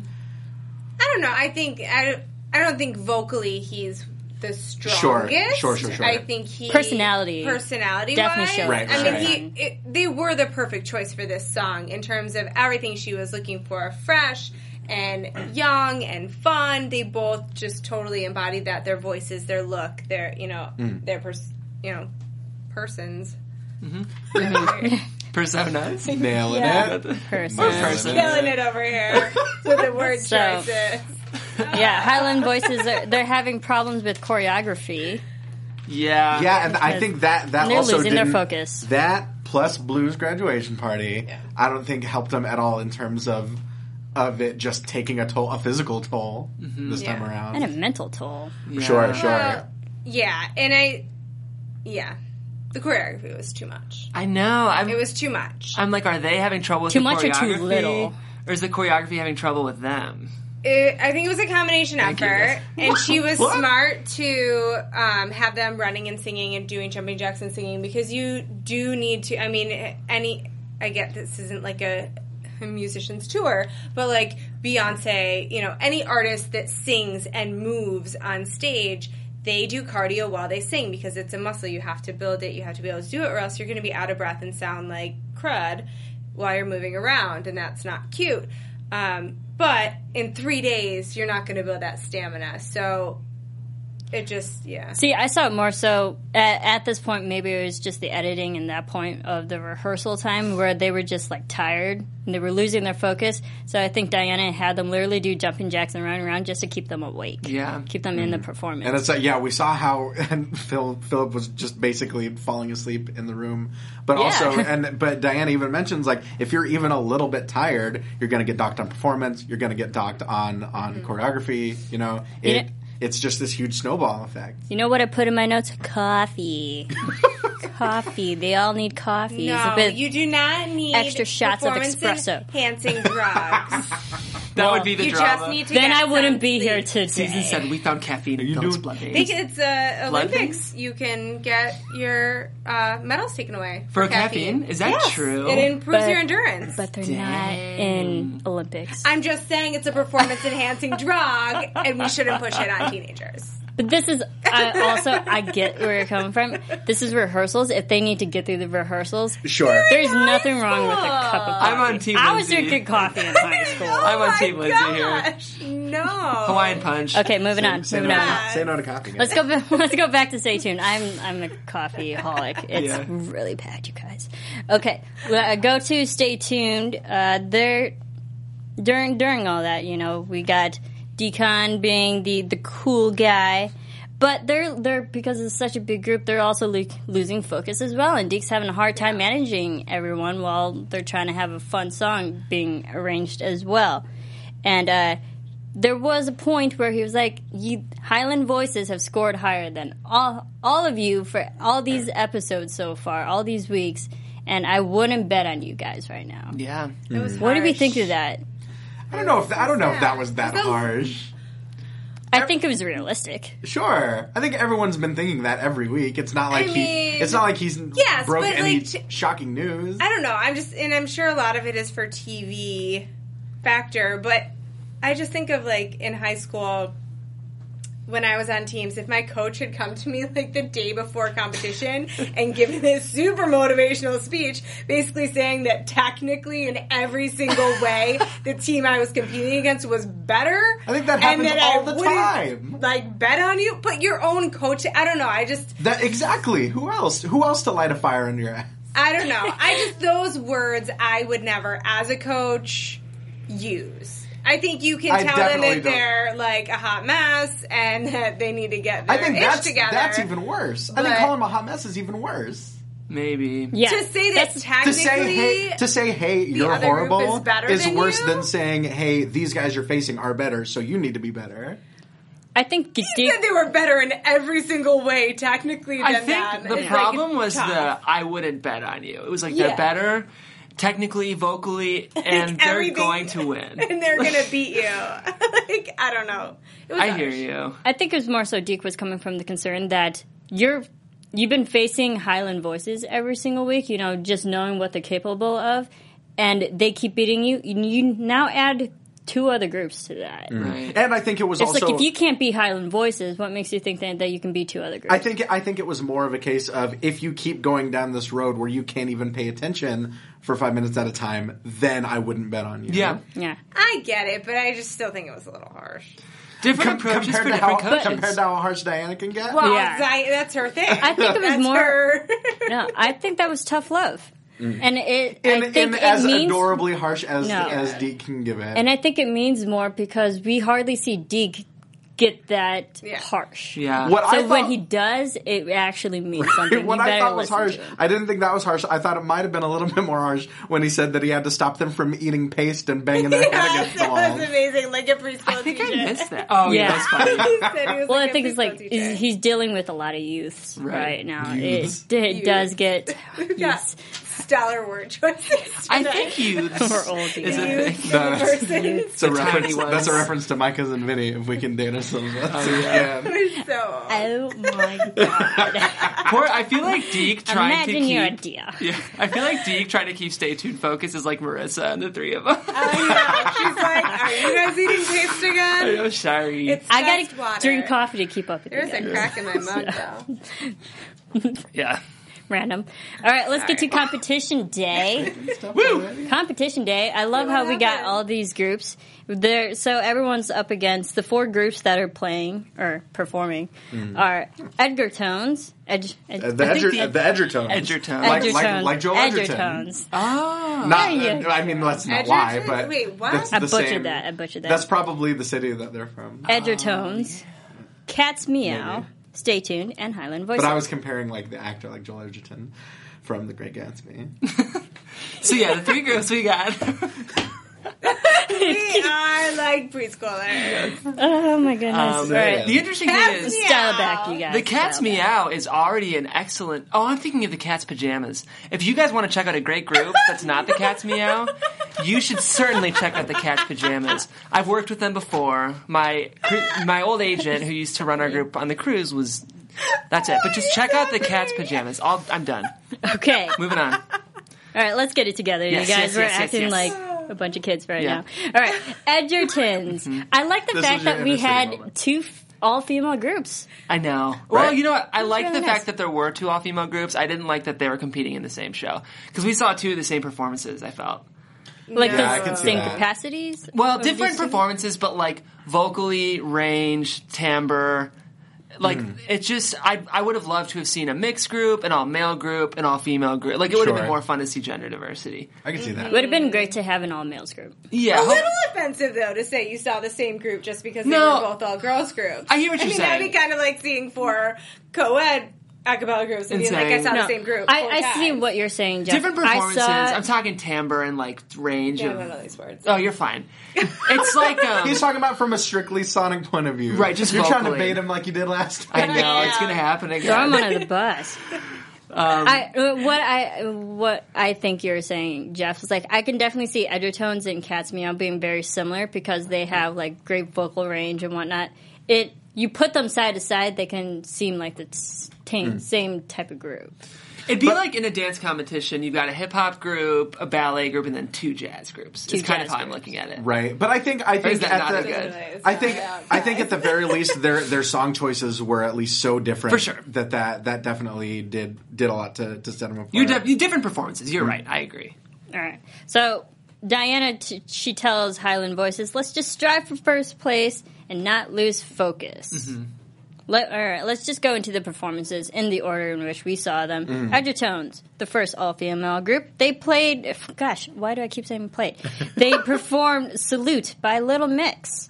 Speaker 5: I don't know. I think I don't, I don't think vocally he's the strongest.
Speaker 4: sure, sure, sure.
Speaker 5: I think he
Speaker 3: Personality.
Speaker 5: personality
Speaker 3: Definitely
Speaker 5: wise.
Speaker 3: shows.
Speaker 4: Right,
Speaker 5: I
Speaker 4: right,
Speaker 5: mean, he it, they were the perfect choice for this song in terms of everything she was looking for, fresh and young and fun. They both just totally embodied that. Their voices, their look, their you know,
Speaker 4: Hmm.
Speaker 5: their pers- you know, persons.
Speaker 2: Personas.
Speaker 4: Nailing
Speaker 3: Yeah.
Speaker 4: it.
Speaker 3: Person.
Speaker 2: Person.
Speaker 5: Killing it over here with the word
Speaker 3: So-
Speaker 5: choices.
Speaker 3: Yeah, Highland Voices are, they're having problems with choreography.
Speaker 2: Yeah.
Speaker 4: Yeah, and I think that that
Speaker 3: They're
Speaker 4: also
Speaker 3: losing their
Speaker 4: didn't-
Speaker 3: focus.
Speaker 4: That plus Blue's graduation party, I don't think helped them at all in terms of of it just taking a toll, a physical toll
Speaker 2: Mm-hmm.
Speaker 4: this time around.
Speaker 3: And a mental toll.
Speaker 4: Sure, sure.
Speaker 5: Well, yeah, and I, yeah, the choreography was too much.
Speaker 2: I know. I'm,
Speaker 5: It was too much.
Speaker 2: I'm like, are they having trouble with
Speaker 3: Too
Speaker 2: the
Speaker 3: much or too
Speaker 2: choreography?
Speaker 3: little?
Speaker 2: Or is the choreography having trouble with them?
Speaker 5: It, I think it was a combination
Speaker 2: you,
Speaker 5: effort, and she was smart to um, have them running and singing and doing jumping jacks and singing because you do need to. I mean, any. I get this isn't like a, a musician's tour, but like Beyonce, you know, any artist that sings and moves on stage. They do cardio while they sing because it's a muscle. You have to build it. You have to be able to do it, or else you're going to be out of breath and sound like crud while you're moving around, and that's not cute. Um, but in three days, you're not going to build that stamina. So it just, yeah.
Speaker 3: See, I saw it more so at, at this point, maybe it was just the editing and that point of the rehearsal time where they were just like tired and they were losing their focus. So I think Diana had them literally do jumping jacks and running around just to keep them awake.
Speaker 2: Yeah.
Speaker 3: Keep them in the performance.
Speaker 4: And it's like, yeah, we saw how and Phil Philip was just basically falling asleep in the room, but also and but Diana even mentions like if you're even a little bit tired, you're going to get docked on performance, you're going to get docked on on
Speaker 5: Mm-hmm.
Speaker 4: choreography. You know, it
Speaker 3: Yeah.
Speaker 4: it's just this huge snowball effect.
Speaker 3: you know what I put in my notes? Coffee. coffee. They all need coffee. It's a
Speaker 5: No,
Speaker 3: bit-
Speaker 5: you do not need
Speaker 3: extra shots of
Speaker 5: performance
Speaker 3: espresso.
Speaker 5: enhancing drugs.
Speaker 2: That
Speaker 3: Well,
Speaker 2: would be the
Speaker 5: you
Speaker 2: drama.
Speaker 5: just need to.
Speaker 3: Then
Speaker 5: get
Speaker 3: I wouldn't
Speaker 5: some
Speaker 3: be here
Speaker 5: sleep.
Speaker 3: today.
Speaker 2: Season seven, we found caffeine in Phil's
Speaker 4: doing-
Speaker 2: blood
Speaker 5: I
Speaker 2: veins.
Speaker 5: think it's uh,
Speaker 2: Blood
Speaker 5: Olympics. You can get your uh, medals taken away
Speaker 2: For caffeine? Is that
Speaker 5: Yes,
Speaker 2: true?
Speaker 5: It improves
Speaker 3: But-
Speaker 5: your endurance.
Speaker 3: But they're
Speaker 2: Dang.
Speaker 3: not in Olympics.
Speaker 5: I'm just saying it's a performance enhancing drug, and we shouldn't push it on teenagers.
Speaker 3: But this is I also I get where you're coming from. This is rehearsals. If they need to get through the rehearsals,
Speaker 4: Sure.
Speaker 3: there's nothing wrong with a cup of coffee.
Speaker 2: I'm on team
Speaker 3: I was
Speaker 2: Lindsay.
Speaker 3: drinking coffee in high school.
Speaker 2: I'm on
Speaker 5: Oh my
Speaker 2: team Lindsay here.
Speaker 5: Gosh, no.
Speaker 2: Hawaiian punch.
Speaker 3: Okay, moving on.
Speaker 4: Say
Speaker 3: Moving
Speaker 4: no,
Speaker 3: on.
Speaker 4: to, say no to copying.
Speaker 3: Let's go. ba- Let's go back to stay tuned. I'm I'm a coffee holic. It's
Speaker 2: Yeah.
Speaker 3: really bad, you guys. Okay, well, uh, go to stay tuned. Uh, there during during all that, you know, we got Decon being the the cool guy, but they're they're because it's such a big group, they're also lo- losing focus as well. And Deke's having a hard time managing everyone while they're trying to have a fun song being arranged as well. And uh, there was a point where he was like, you, "Highland Voices have scored higher than all all of you for all these episodes so far, all these weeks." And I wouldn't bet on you guys right now.
Speaker 2: Yeah.
Speaker 4: Mm.
Speaker 3: What do we think of that?
Speaker 4: I don't know if I don't know if that was that
Speaker 5: Was that-
Speaker 4: harsh.
Speaker 3: I think it was realistic.
Speaker 4: Sure, I think everyone's been thinking that every week. It's not like he.
Speaker 5: mean-
Speaker 4: It's not like he's
Speaker 5: Yes,
Speaker 4: broke
Speaker 5: but,
Speaker 4: any
Speaker 5: like, t-
Speaker 4: shocking news.
Speaker 5: I don't know. I'm just, and I'm sure a lot of it is for TV factor, but I just think of like in high school when I was on teams, if my coach had come to me like the day before competition and given this super motivational speech, basically saying that technically in every single way the team I was competing against was better.
Speaker 4: I think that
Speaker 5: and
Speaker 4: happens all the
Speaker 5: wouldn't,
Speaker 4: time.
Speaker 5: Like bet on you, but your own coach. I don't know. I just
Speaker 4: That exactly. Who else? Who else to light a fire under your ass?
Speaker 5: I don't know. I just those words I would never, as a coach, use. I think you can
Speaker 4: I
Speaker 5: tell them
Speaker 4: definitely
Speaker 5: that
Speaker 4: don't.
Speaker 5: they're like a hot mess and that they need to get their
Speaker 4: I think
Speaker 5: ish
Speaker 4: that's
Speaker 5: together.
Speaker 4: that's even worse. I think
Speaker 5: But-
Speaker 4: calling him a hot mess is even worse.
Speaker 2: Maybe.
Speaker 3: Yeah,
Speaker 5: to say that
Speaker 3: That's-
Speaker 4: To
Speaker 5: technically,
Speaker 4: say hey, to say hey, you're
Speaker 5: other group
Speaker 4: horrible
Speaker 5: is better than
Speaker 4: worse
Speaker 5: you?
Speaker 4: than saying hey, these guys you're facing are better, so you need to be better.
Speaker 3: I think
Speaker 5: you said
Speaker 3: Deke,
Speaker 5: they were better in every single way technically than
Speaker 2: I think
Speaker 5: them.
Speaker 2: the
Speaker 5: It's, like,
Speaker 2: problem was
Speaker 5: tough.
Speaker 2: the I wouldn't bet on you. It was like
Speaker 3: Yeah.
Speaker 2: they're better, technically, vocally, and they're
Speaker 5: everything-
Speaker 2: going to win.
Speaker 5: and they're gonna beat you. like I don't know. It was
Speaker 2: I hear
Speaker 5: harsh.
Speaker 2: you.
Speaker 3: I think it was more so Deke was coming from the concern that you're you've been facing Highland voices every single week. You know, just knowing what they're capable of, and they keep beating you. You, you now add two other groups to that.
Speaker 2: Right.
Speaker 4: And I think it was
Speaker 3: It's
Speaker 4: also
Speaker 3: like if you can't be Highland voices, what makes you think that, that you can be two other groups?
Speaker 4: I think I think it was more of a case of if you keep going down this road where you can't even pay attention for five minutes at a time, then I wouldn't bet on you.
Speaker 2: Yeah.
Speaker 3: yeah.
Speaker 5: I get it, but I just still think it was a little harsh.
Speaker 2: Different
Speaker 4: Com-
Speaker 2: approaches
Speaker 4: compared
Speaker 2: for
Speaker 4: to how
Speaker 2: different coaches.
Speaker 4: compared to how harsh Diana can get.
Speaker 5: Well,
Speaker 3: Yeah.
Speaker 5: Di- that's her thing. I
Speaker 3: think it was
Speaker 5: that's
Speaker 3: more-
Speaker 5: Her.
Speaker 3: No, I think that was tough love, and it.
Speaker 4: Mm. and,
Speaker 3: I think
Speaker 4: and
Speaker 3: it
Speaker 4: as
Speaker 3: means
Speaker 4: adorably harsh as
Speaker 3: No.
Speaker 4: as Deke can give it.
Speaker 3: And I think it means more because we hardly see Deke get that
Speaker 5: Yeah.
Speaker 3: harsh.
Speaker 2: yeah.
Speaker 4: what
Speaker 3: So
Speaker 4: I thought,
Speaker 3: when he does, it actually means something.
Speaker 4: what
Speaker 3: You
Speaker 4: I
Speaker 3: better
Speaker 4: thought was
Speaker 3: listen
Speaker 4: harsh,
Speaker 3: to him.
Speaker 4: I didn't think that was harsh. I thought it might have been a little bit more harsh when he said that he had to stop them from eating paste and banging their head
Speaker 5: yes,
Speaker 4: against the
Speaker 5: that was
Speaker 4: wall.
Speaker 5: amazing. Like a preschool
Speaker 2: I think I
Speaker 5: teacher.
Speaker 2: missed that. Oh, yeah.
Speaker 3: Yeah.
Speaker 2: that's funny.
Speaker 5: He said he was
Speaker 3: well,
Speaker 5: like
Speaker 3: I
Speaker 5: a
Speaker 3: think it's
Speaker 5: preschool
Speaker 3: like
Speaker 5: teacher.
Speaker 3: is- he's dealing with a lot of youths
Speaker 2: Right.
Speaker 3: right, now.
Speaker 4: Youths.
Speaker 3: It, it
Speaker 5: Youths.
Speaker 3: does get
Speaker 5: Yeah.
Speaker 3: youths.
Speaker 5: Stellar word choices.
Speaker 2: I think youths
Speaker 3: We're old
Speaker 2: is a
Speaker 3: together.
Speaker 2: thing.
Speaker 4: No, that's,
Speaker 5: Persons.
Speaker 4: that's a
Speaker 2: The tiny
Speaker 4: reference.
Speaker 2: ones. Oh,
Speaker 4: That's a reference to my cousin Vinny. If we can date ourselves, yeah.
Speaker 5: So
Speaker 3: Oh my god!
Speaker 2: Poor, I feel like Deke trying
Speaker 3: Imagine your
Speaker 2: to keep.
Speaker 3: idea.
Speaker 2: Yeah, I feel like Deke trying to keep stay tuned focus is like Marissa and the three of us.
Speaker 5: she's like, "Are you guys eating paste
Speaker 2: I
Speaker 5: again?"
Speaker 2: know, sorry.
Speaker 5: Oh. It's
Speaker 3: I
Speaker 5: just
Speaker 3: gotta
Speaker 5: water.
Speaker 3: drink coffee to keep up with
Speaker 5: There's
Speaker 3: you.
Speaker 5: a crack in my mug, though.
Speaker 2: yeah.
Speaker 3: Random. All right, let's get to competition day. competition day. I love how we got
Speaker 5: happened?
Speaker 3: all these groups there. So everyone's up against the four groups that are playing or performing are Edgar Tones, Edge, Ed,
Speaker 4: Mm-hmm. Uh, The,
Speaker 3: I think
Speaker 4: edger, the Edgerton.
Speaker 2: Edgerton.
Speaker 4: Like,
Speaker 3: Edgertones,
Speaker 4: like, like Joel Edgerton.
Speaker 3: Edgertones.
Speaker 2: Oh.
Speaker 4: Not,
Speaker 3: Yeah, yeah.
Speaker 4: I mean, let's not lie,
Speaker 5: Edgerton-
Speaker 4: but
Speaker 5: wait, what?
Speaker 4: that's
Speaker 5: I
Speaker 4: the
Speaker 3: butchered
Speaker 4: same-
Speaker 3: that, I butchered that.
Speaker 4: That's probably the city that they're from.
Speaker 3: Edgertones, Cats Meow,
Speaker 4: Maybe.
Speaker 3: Stay Tuned, and Highland Voices.
Speaker 4: But I was comparing like the actor, like Joel Edgerton, from The Great Gatsby.
Speaker 2: So yeah, the three groups we got.
Speaker 5: we are like preschoolers.
Speaker 3: Oh my goodness.
Speaker 2: Um,
Speaker 3: All right.
Speaker 2: The interesting
Speaker 5: Cats
Speaker 2: thing is,
Speaker 5: meow.
Speaker 3: Dial it back, you guys.
Speaker 2: The Cat's
Speaker 3: Dial it back.
Speaker 2: Meow is already an excellent. Oh, I'm thinking of the Cat's Pajamas. If you guys want to check out a great group that's not the Cat's Meow, you should certainly check out the Cat's Pajamas. I've worked with them before. My cru- my old agent who used to run our group on the cruise was. That's it. But just check out the Cat's Pajamas. I'll, I'm done.
Speaker 3: Okay. All
Speaker 2: Moving on.
Speaker 3: right. Let's get it together,
Speaker 2: Yes,
Speaker 3: you guys.
Speaker 2: yes,
Speaker 3: We're
Speaker 2: yes, yes,
Speaker 3: acting
Speaker 2: yes.
Speaker 3: like a bunch of kids right
Speaker 2: Yeah.
Speaker 3: now. All right. Edgertons. I like the
Speaker 4: This
Speaker 3: fact
Speaker 4: is your
Speaker 3: that we
Speaker 4: inner city
Speaker 3: had
Speaker 4: moment.
Speaker 3: two f- all female groups.
Speaker 2: I know. Well,
Speaker 4: Right.
Speaker 2: you know what? I like
Speaker 3: really
Speaker 2: the
Speaker 3: nice.
Speaker 2: fact that there were two all female groups. I didn't like that they were competing in the same show because we saw two of the same performances. I felt.
Speaker 3: Like
Speaker 5: Yeah, I
Speaker 3: the
Speaker 5: can
Speaker 4: see
Speaker 3: same
Speaker 4: that.
Speaker 3: capacities.
Speaker 2: Well,
Speaker 3: Or
Speaker 2: different
Speaker 3: just-
Speaker 2: performances, but like vocally, range, timbre. Like
Speaker 4: Hmm.
Speaker 2: it's just, I I would have loved to have seen a mixed group, an all male group, an all female group. Like it would have been
Speaker 4: Sure.
Speaker 2: more fun to see gender diversity.
Speaker 4: I can see
Speaker 2: Mm-hmm.
Speaker 4: that.
Speaker 3: Would have been great to have an all males group.
Speaker 2: Yeah,
Speaker 5: A
Speaker 2: hope-
Speaker 5: little offensive though to say you saw the same group just because
Speaker 2: No.
Speaker 5: they were both all girls groups.
Speaker 2: I hear what you're
Speaker 5: mean,
Speaker 2: saying.
Speaker 5: That'd be kind of like seeing four co-ed acapella groups and being like, I
Speaker 2: Insane.
Speaker 5: saw
Speaker 2: No.
Speaker 5: the same group.
Speaker 3: I,
Speaker 5: four
Speaker 3: I see
Speaker 5: times.
Speaker 3: what you're saying, Jeff.
Speaker 2: different performances.
Speaker 3: I
Speaker 2: I'm
Speaker 3: saw,
Speaker 2: talking timbre and like range
Speaker 5: Yeah, I don't know
Speaker 2: of.
Speaker 5: these words.
Speaker 2: Oh, you're fine. It's like um,
Speaker 4: He's talking about from a strictly sonic point of view.
Speaker 2: Right, just
Speaker 4: You're trying to
Speaker 2: vocally.
Speaker 4: bait him like you did last
Speaker 2: I
Speaker 4: time.
Speaker 2: know it's gonna happen again.
Speaker 3: throw him under the bus. I uh, what I uh, what I think you're saying, Jeff, is like I can definitely see Edgertones and Cat's Meow being very similar because they have like great vocal range and whatnot. It you put them side to side, they can seem like the s- tame- same type of group.
Speaker 2: It'd be like in a dance competition, you've got a hip hop group, a ballet group, and then two jazz groups. It's kind of
Speaker 3: jazz
Speaker 2: how I'm
Speaker 3: groups.
Speaker 2: looking at it.
Speaker 4: Right, but I think I
Speaker 2: is
Speaker 4: think
Speaker 2: that
Speaker 4: at
Speaker 2: not
Speaker 4: the
Speaker 2: as good?
Speaker 4: I think I think at the very least their their song choices were at least so different
Speaker 2: For sure.
Speaker 4: that that that definitely did did a lot to, to set them apart.
Speaker 2: You're de- different performances.
Speaker 4: Hmm.
Speaker 2: You're right. I agree.
Speaker 3: All right. So Diana, t- she tells Highland Voices, let's just strive for first place and not lose focus. Let, all right, let's just go into the performances in the order in which we saw them. Edgertones, the first all female group, they played, gosh, why do I keep saying played? They performed Salute by Little Mix.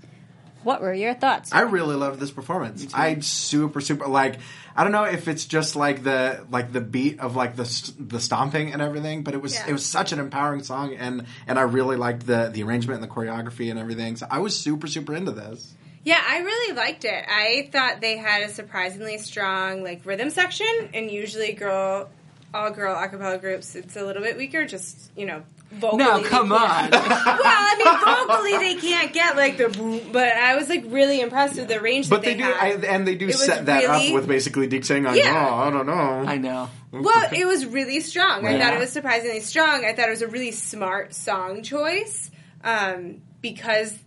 Speaker 3: What were your thoughts?
Speaker 4: I really loved this performance. I super super like. I don't know if it's just like the like the beat of like the st- the stomping and everything, but it was
Speaker 5: Yeah.
Speaker 4: it was such an empowering song, and and I really liked the the arrangement and the choreography and everything. So I was super super into this.
Speaker 5: Yeah, I really liked it. I thought they had a surprisingly strong like rhythm section, and usually girl, all girl acapella groups, it's a little bit weaker. Just you know, vocally.
Speaker 2: No,
Speaker 5: they
Speaker 2: come
Speaker 5: can't-
Speaker 2: on.
Speaker 5: Well, I mean, vocally they can't get like the. boom, But I was like really impressed with the range.
Speaker 4: But
Speaker 5: that
Speaker 4: they,
Speaker 5: they,
Speaker 4: do, I,
Speaker 5: had.
Speaker 4: and they do
Speaker 5: It was
Speaker 4: set that
Speaker 5: really-
Speaker 4: up with basically Deke saying, like,
Speaker 5: Yeah.
Speaker 4: "Oh, I don't know."
Speaker 2: I know.
Speaker 5: Well, it was really strong. I
Speaker 4: Yeah.
Speaker 5: thought it was surprisingly strong. I thought it was a really smart song choice um, because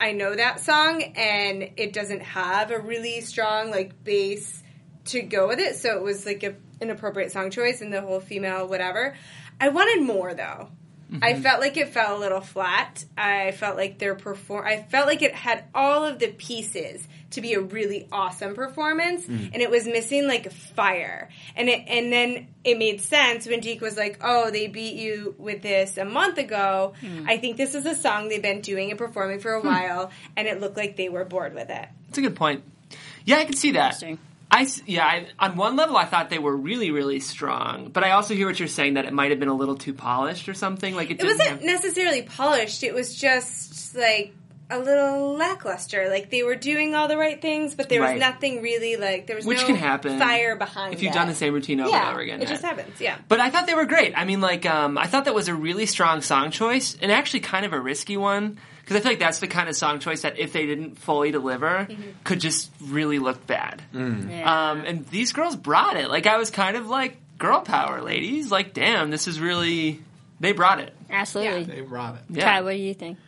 Speaker 5: I know that song and it doesn't have a really strong like bass to go with it. So it was like a, an appropriate song choice and the whole female whatever. I wanted more though. I felt like it fell a little flat. I felt like their perform. I felt like it had all of the pieces to be a really awesome performance, and it was missing like fire. And it and then it made sense when Deke was like, "Oh, they beat you with this a month ago. I think this is a song they've been doing and performing for a while, and it looked like they were bored with it."
Speaker 2: That's a good point. Yeah, I can see that.
Speaker 3: Interesting.
Speaker 2: I s- yeah. I, on one level, I thought they were really, really strong, but I also hear what you're saying that it might have been a little too polished or something. Like it,
Speaker 5: It
Speaker 2: didn't
Speaker 5: wasn't
Speaker 2: have-
Speaker 5: necessarily polished. It was just like a little lackluster. Like they were doing all the right things, but there was
Speaker 2: Right.
Speaker 5: nothing really like there was
Speaker 2: which
Speaker 5: no
Speaker 2: can happen.
Speaker 5: fire behind
Speaker 2: if you've
Speaker 5: it.
Speaker 2: done the same routine over and
Speaker 5: yeah,
Speaker 2: over again.
Speaker 5: It just happens. Yeah.
Speaker 2: But I thought they were great. I mean, like, um, I thought that was a really strong song choice, and actually kind of a risky one because I feel like that's the kind of song choice that if they didn't fully deliver, could just really look bad.
Speaker 3: Yeah.
Speaker 2: Um, and these girls brought it. Like, I was kind of like, girl power, ladies. Like, damn, this is really. They brought it.
Speaker 3: Absolutely.
Speaker 4: They rob it.
Speaker 2: Yeah.
Speaker 3: Kai, what do you think?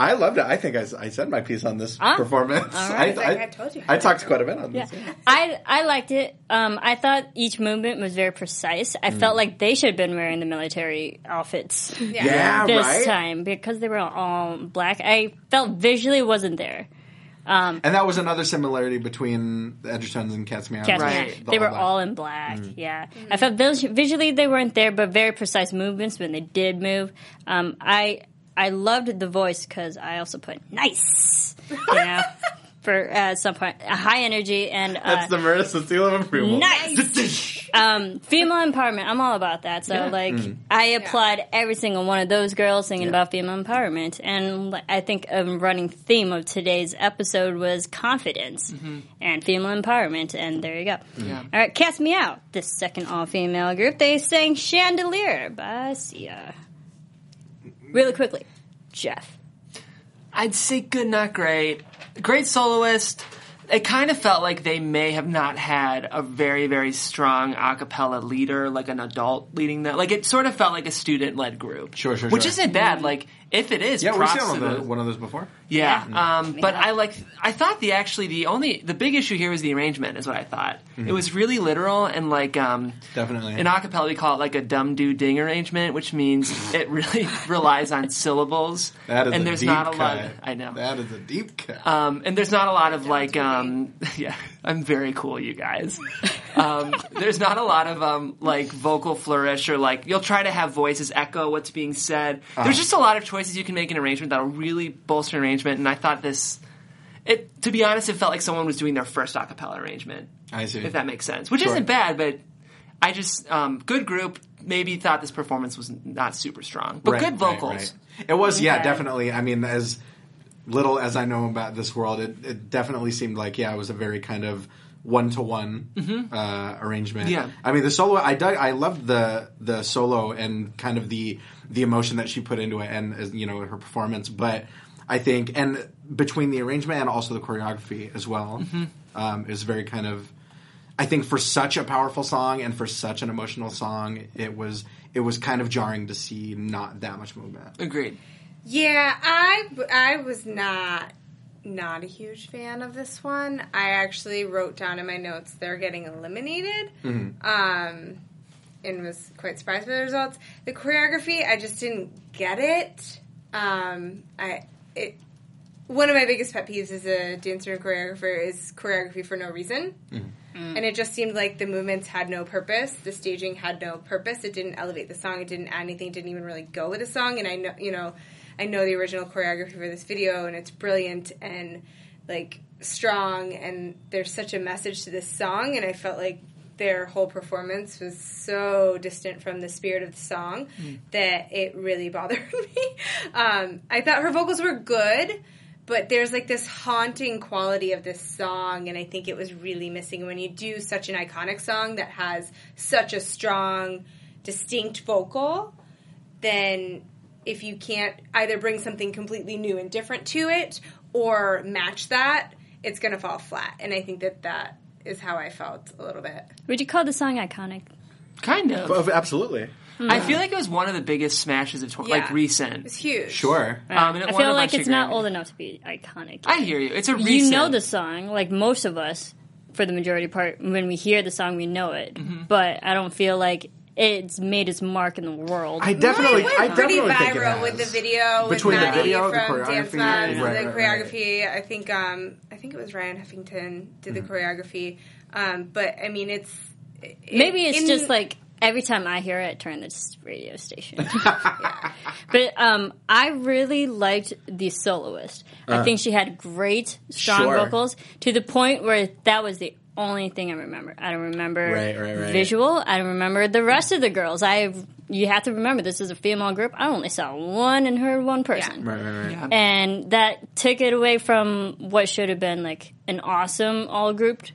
Speaker 4: I loved it. I think I, s- I said my piece on this
Speaker 3: Ah,
Speaker 4: performance.
Speaker 3: all right.
Speaker 4: I,
Speaker 5: Like I told you.
Speaker 4: I talked quite a bit on
Speaker 3: Yeah.
Speaker 4: this. yeah.
Speaker 3: I I liked it. Um, I thought each movement was very precise. I felt
Speaker 4: Mm.
Speaker 3: like they should have been wearing the military outfits
Speaker 5: Yeah.
Speaker 4: Yeah,
Speaker 3: this
Speaker 4: right.
Speaker 3: time because they were all black. I felt visually wasn't there.
Speaker 4: And that was another similarity between the Edgertons and Cat's Meow.
Speaker 3: Cast me
Speaker 2: Right.
Speaker 3: out.
Speaker 4: The
Speaker 3: They were
Speaker 4: whole
Speaker 3: all in black.
Speaker 4: Mm.
Speaker 3: Yeah, I felt vis- visually they weren't there, but very precise movements when they did move. Um, I I loved the voice because I also put nice. You know. for at some point. Uh, high energy and uh,
Speaker 4: That's the Murder Cecile of approval.
Speaker 3: nice. um, female empowerment. I'm all about that. So like, I applied every single one of those girls singing about female empowerment, and li- I think a running theme of today's episode was confidence
Speaker 2: Mm-hmm.
Speaker 3: and female empowerment. And there you go. All right, cast me out. The second all-female group they sang "Chandelier" by Sia. Really quickly, Jeff.
Speaker 2: I'd say good, not great. Great soloist. It kind of felt like they may have not had a very, very strong a cappella leader, like an adult leading that. Like, it sort of felt like a student led group.
Speaker 4: Sure, sure,
Speaker 2: Which
Speaker 4: sure.
Speaker 2: isn't bad. Like, if it is,
Speaker 4: Yeah, we've
Speaker 2: props
Speaker 4: seen
Speaker 2: to
Speaker 4: one of,
Speaker 2: those.
Speaker 4: those, one of those before.
Speaker 2: Yeah,
Speaker 3: Yeah.
Speaker 2: um, but I like. I thought the actually the only the big issue here was the arrangement, is what I thought.
Speaker 4: Mm-hmm.
Speaker 2: It was really literal and like um,
Speaker 4: Definitely.
Speaker 2: in acapella we call it like a dumb do ding arrangement, which means it really relies on syllables.
Speaker 4: That is
Speaker 2: and
Speaker 4: a
Speaker 2: there's
Speaker 4: deep
Speaker 2: not a
Speaker 4: cut.
Speaker 2: lot. I know.
Speaker 4: That is a deep cut.
Speaker 2: Um, and there's not a lot of like, um, yeah, I'm very cool, you guys. Um, there's not a lot of um, like vocal flourish or like you'll try to have voices echo what's being said.
Speaker 4: Uh-huh.
Speaker 2: There's just a lot of choices you can make in arrangement that'll really bolster an arrangement. And I thought this, it to be honest, it felt like someone was doing their first a cappella arrangement,
Speaker 4: I see.
Speaker 2: if that makes sense, which
Speaker 4: Sure.
Speaker 2: isn't bad, but I just um, good group. Maybe thought this performance was not super strong, but
Speaker 4: Right,
Speaker 2: good
Speaker 4: right,
Speaker 2: vocals.
Speaker 4: right. It was, yeah,
Speaker 3: Okay.
Speaker 4: definitely. I mean, as little as I know about this world, it, it definitely seemed like, yeah, it was a very kind of one to one arrangement.
Speaker 2: Yeah.
Speaker 4: I mean, the solo, I dug, I loved the the solo and kind of the the emotion that she put into it, and as, you know her performance. But I think, and between the arrangement and also the choreography as well, um, is very kind of. I think for such a powerful song and for such an emotional song, it was it was kind of jarring to see not that much movement.
Speaker 2: Agreed.
Speaker 5: Yeah, I I was not not a huge fan of this one. I actually wrote down in my notes they're getting eliminated. Um and was quite surprised by the results. The choreography, I just didn't get it. Um I it one of my biggest pet peeves as a dancer and choreographer is choreography for no reason. And it just seemed like the movements had no purpose. The staging had no purpose. It didn't elevate the song. It didn't add anything. It didn't even really go with the song. And I know, you know, I know the original choreography for this video, and it's brilliant and like strong. And there's such a message to this song. And I felt like their whole performance was so distant from the spirit of the song that it really bothered me. Um, I thought her vocals were good but there's like this haunting quality of this song and i think it was really missing when you do such an iconic song that has such a strong distinct vocal then if you can't either bring something completely new and different to it or match that it's going to fall flat and i think that that is how i felt a little bit
Speaker 3: Would you call the song iconic?
Speaker 2: Kind of.
Speaker 4: absolutely,
Speaker 2: I feel like it was one of the biggest smashes of tw- like
Speaker 5: Yeah.
Speaker 2: recent.
Speaker 5: it's huge
Speaker 4: sure.
Speaker 2: Um, and it
Speaker 3: I
Speaker 2: won a
Speaker 3: feel like
Speaker 2: bunch
Speaker 3: it's
Speaker 2: of
Speaker 3: not
Speaker 2: Grammys.
Speaker 3: old enough to be iconic.
Speaker 2: I hear you. It's a recent.
Speaker 3: you know the song, like most of us, for the majority part. When we hear the song, we know it. But I don't feel like it's made its mark in the world.
Speaker 4: I definitely,
Speaker 5: it went
Speaker 4: I
Speaker 5: pretty
Speaker 4: definitely think it
Speaker 5: viral
Speaker 4: has.
Speaker 5: with the video
Speaker 4: Between
Speaker 5: with
Speaker 4: the
Speaker 5: Maddie
Speaker 4: video, the
Speaker 5: from Dance
Speaker 4: choreography,
Speaker 5: Moms,
Speaker 4: right,
Speaker 5: the
Speaker 4: right, right.
Speaker 5: choreography. I think um, I think it was Ryan Huffington did the
Speaker 4: Mm-hmm.
Speaker 5: choreography. Um, but I mean, it's it-
Speaker 3: Maybe it's
Speaker 5: in-
Speaker 3: just like every time I hear it, turn this radio station. but um, I really liked the soloist. I think she had great, strong
Speaker 4: Uh. Sure.
Speaker 3: vocals to the point where that was the only thing I remember. I don't remember
Speaker 4: Right, right, right.
Speaker 3: visual. I don't remember the rest of the girls. I you have to remember this is a female group. I only saw one and heard one person.
Speaker 4: Right, right, right.
Speaker 3: And that took it away from what should have been like an awesome all grouped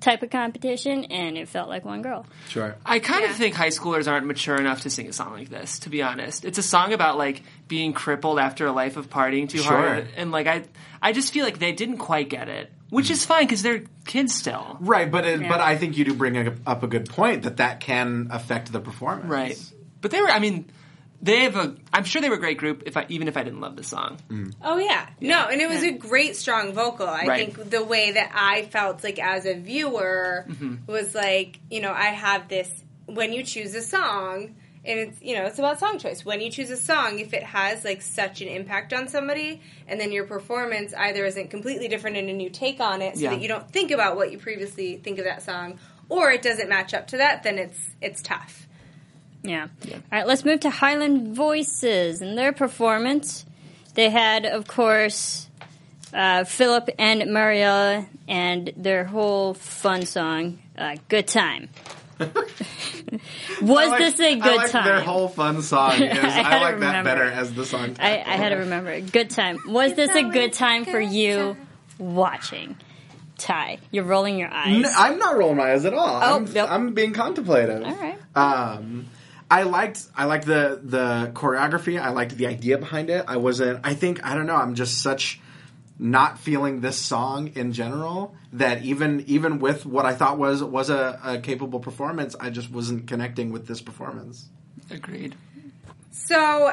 Speaker 3: type of competition, and it felt like one girl.
Speaker 4: Sure.
Speaker 2: I kind of think high schoolers aren't mature enough to sing a song like this. To be honest, it's a song about like being crippled after a life of partying too
Speaker 4: Sure.
Speaker 2: hard, and like I, I just feel like they didn't quite get it, which is fine because they're kids still.
Speaker 4: Right, but it, but I think you do bring a- up a good point that that can affect the performance.
Speaker 2: Right. But they were. I mean, they have a. I'm sure they were a great group. If I even if I didn't love the song,
Speaker 5: Oh yeah. No, and it was a great strong vocal. I
Speaker 2: Right.
Speaker 5: think the way that I felt like as a viewer was like, you know, I have this when you choose a song and it's you know, it's about song choice. When you choose a song, if it has like such an impact on somebody and then your performance either isn't completely different and a new take on it so
Speaker 2: Yeah.
Speaker 5: that you don't think about what you previously think of that song or it doesn't match up to that, then it's it's tough.
Speaker 3: Yeah. All right, let's move to Highland Voices and their performance. They had, of course, uh, Philip and Mariella and their whole fun song, uh, "Good Time." Was
Speaker 4: I like-
Speaker 3: this a
Speaker 4: I
Speaker 3: good
Speaker 4: like
Speaker 3: time?
Speaker 4: Their whole fun song. Is, I,
Speaker 3: had to
Speaker 4: like that
Speaker 3: remember.
Speaker 4: better as the song.
Speaker 3: I, I had to remember. Good time. Was this a good time for you watching? Ty, you're rolling your eyes.
Speaker 4: N- I'm not rolling my eyes at all. I'm,
Speaker 3: nope.
Speaker 4: I'm being contemplative.
Speaker 3: Oh, All right.
Speaker 4: Um, I liked I liked the the choreography. I liked the idea behind it. I wasn't. I think I don't know. I'm just such not feeling this song in general that even even with what I thought was was a, a capable performance, I just wasn't connecting with this performance.
Speaker 2: Agreed.
Speaker 5: So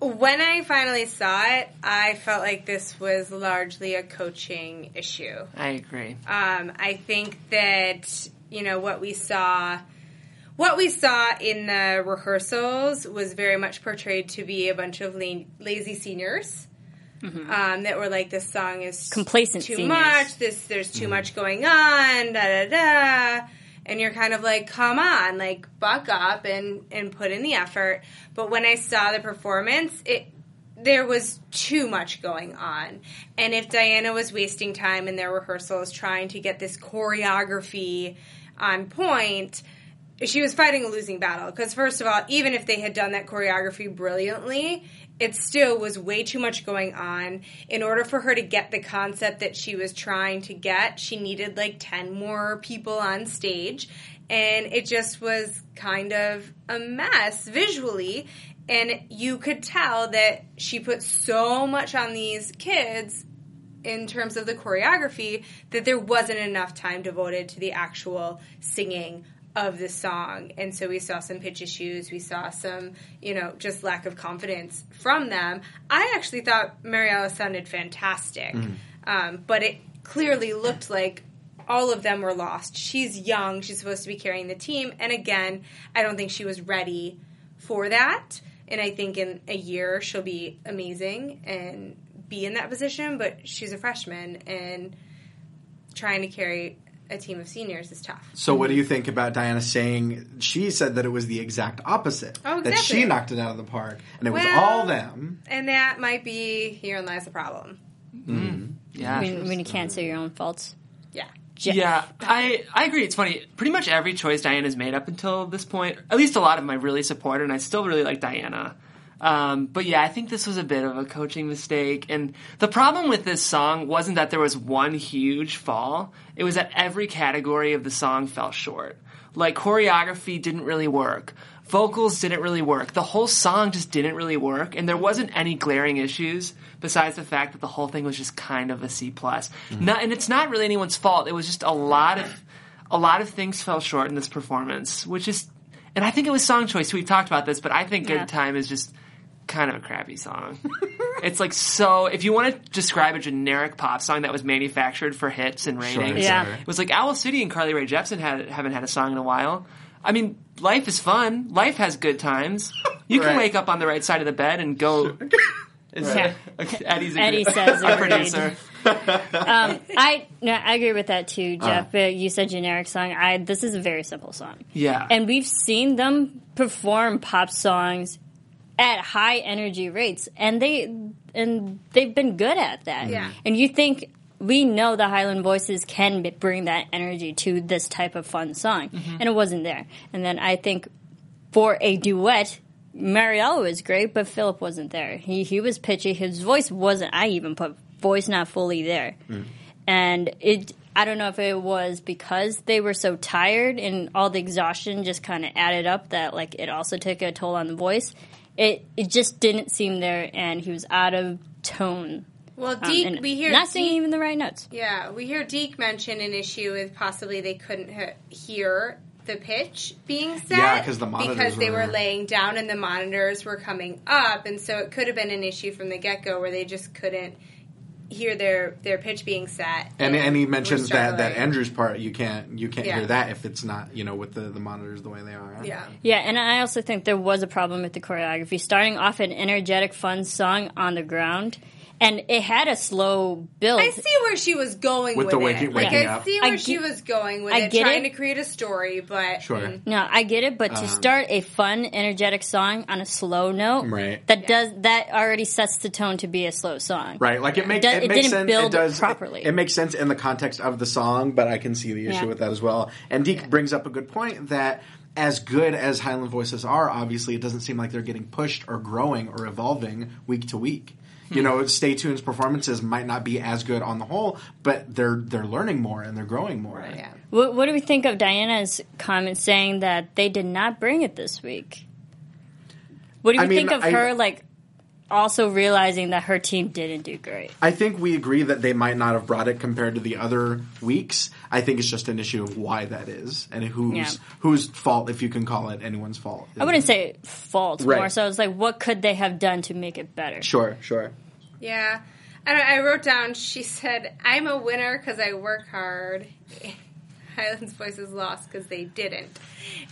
Speaker 5: when I finally saw it, I felt like this was largely a coaching issue.
Speaker 2: I agree.
Speaker 3: Uh,
Speaker 5: Um, I think that you know what we saw, what we saw in the rehearsals was very much portrayed to be a bunch of la- lazy seniors um, that were like, "This song is
Speaker 3: Mm-hmm. Complacent
Speaker 5: too
Speaker 3: seniors.
Speaker 5: much. This there's too much going on." Da da da. And you're kind of like, "Come on, like buck up and and put in the effort." But when I saw the performance, it there was too much going on. And if Diana was wasting time in their rehearsals trying to get this choreography on point, she was fighting a losing battle. Because, first of all, even if they had done that choreography brilliantly, it still was way too much going on. In order for her to get the concept that she was trying to get, she needed like 10 more people on stage. And it just was kind of a mess visually and you could tell that she put so much on these kids in terms of the choreography that there wasn't enough time devoted to the actual singing of the song and so we saw some pitch issues we saw some you know just lack of confidence from them i actually thought mariella sounded fantastic um, but it clearly looked like all of them were lost she's young she's supposed to be carrying the team and again i don't think she was ready for that. And I think in a year she'll be amazing and be in that position, but she's a freshman and trying to carry a team of seniors is tough.
Speaker 4: So, what do you think about Diana saying she said that it was the exact opposite?
Speaker 5: Oh,
Speaker 4: That she
Speaker 5: exactly.
Speaker 4: knocked it out of the park, and it was
Speaker 5: Well-
Speaker 4: all them.
Speaker 5: And that might be herein lies the problem.
Speaker 2: Yeah.
Speaker 3: when, when you can't see your own faults.
Speaker 5: Yeah.
Speaker 2: Yeah, I, I agree. It's funny. Pretty much every choice Diana's made up until this point, at least a lot of them I really support, and I still really like Diana. Um, but yeah, I think this was a bit of a coaching mistake. And the problem with this song wasn't that there was one huge fall, it was that every category of the song fell short. Like, choreography didn't really work. Vocals didn't really work. The whole song just didn't really work, and there wasn't any glaring issues besides the fact that the whole thing was just kind of a C plus. Not, and it's not really anyone's fault. It was just a lot of a lot of things fell short in this performance, which is, and I think it was song choice. We've talked about this, but I think
Speaker 3: Yeah.
Speaker 2: Good Time is just kind of a crappy song. it's like so. If you want to describe a generic pop song that was manufactured for hits and ratings,
Speaker 3: Yeah.
Speaker 4: sorry.
Speaker 2: it was like Owl City and Carly Rae Jepsen had, haven't had a song in a while. I mean, life is fun. Life has good times. You can
Speaker 4: Right.
Speaker 2: wake up on the right side of the bed and go. Is-
Speaker 3: Right.
Speaker 2: Eddie's a
Speaker 3: Eddie
Speaker 2: good-
Speaker 3: says
Speaker 2: a
Speaker 3: agreed.
Speaker 2: producer.
Speaker 3: I no, I agree with that too, Jeff. but you said generic song. I this is a very simple song.
Speaker 2: Yeah.
Speaker 3: and we've seen them perform pop songs at high energy rates, and they and they've been good at that.
Speaker 5: Yeah.
Speaker 3: and you think. We know the Highland Voices can b- bring that energy to this type of fun song, and it wasn't there. And then I think for a duet, Mariella was great, but Philip wasn't there. He he was pitchy. His voice wasn't. I even put voice not fully there, and it. I don't know if it was because they were so tired and all the exhaustion just kind of added up that like it also took a toll on the voice. It it just didn't seem there, and he was out of tone.
Speaker 5: Well,
Speaker 3: um,
Speaker 5: Deke,
Speaker 3: and
Speaker 5: we hear
Speaker 3: not singing even the right notes.
Speaker 5: Yeah, we hear Deke mention an issue with possibly they couldn't he- hear the pitch being set.
Speaker 4: Yeah, 'cause the monitors
Speaker 5: because they were
Speaker 4: were-
Speaker 5: laying down and the monitors were coming up, and so it could have been an issue from the get go where they just couldn't hear their their pitch being set.
Speaker 4: And, and he
Speaker 5: were
Speaker 4: mentions that, that
Speaker 5: struggling.
Speaker 4: Andrew's part you can't you can't
Speaker 5: Yeah.
Speaker 4: hear that if it's not you know with the, the monitors the way they are.
Speaker 5: Yeah.
Speaker 3: Yeah, and I also think there was a problem with the choreography. Starting off an energetic, fun song on the ground, and it had a slow build.
Speaker 5: I see where she was going with,
Speaker 4: With the
Speaker 5: it.
Speaker 4: waking-
Speaker 5: Like
Speaker 4: waking
Speaker 5: I
Speaker 4: up.
Speaker 5: see where
Speaker 3: I
Speaker 5: she
Speaker 3: get-
Speaker 5: was going with
Speaker 3: I
Speaker 5: it,
Speaker 3: get
Speaker 5: trying
Speaker 3: it.
Speaker 5: to create a story, but
Speaker 4: Sure.
Speaker 3: No, I get it, but
Speaker 4: Um,
Speaker 3: to start a fun, energetic song on a slow note,
Speaker 4: Right.
Speaker 3: That does that already sets the tone to be a slow song,
Speaker 4: Right, like it, make,
Speaker 3: does-
Speaker 4: it,
Speaker 3: it
Speaker 4: makes
Speaker 3: didn't
Speaker 4: sense.
Speaker 3: build
Speaker 4: it does
Speaker 3: properly.
Speaker 4: It, makes sense in the context of the song, but I can see the issue
Speaker 3: Yeah.
Speaker 4: with that as well. And Deke brings up a good point that as good as Highland voices are, obviously it doesn't seem like they're getting pushed or growing or evolving week to week.
Speaker 3: Hmm.
Speaker 4: You know, Stay Tuned's performances might not be as good on the whole, but they're they're learning more and they're growing more.
Speaker 5: yeah.
Speaker 3: What, what do we think of Diana's comment saying that they did not bring it this week? What do we
Speaker 4: I mean,
Speaker 3: think of
Speaker 4: I-
Speaker 3: her like also realizing that her team didn't do great?
Speaker 4: I think we agree that they might not have brought it compared to the other weeks. I think it's just an issue of why that is and whose
Speaker 3: Yeah.
Speaker 4: whose fault, if you can call it anyone's fault.
Speaker 3: I wouldn't say fault
Speaker 4: Right.
Speaker 3: more so it's like what could they have done to make it better?
Speaker 4: Sure, sure.
Speaker 5: Yeah. And I I wrote down, she said, I'm a winner because I work hard. Highland's voice is lost because they didn't.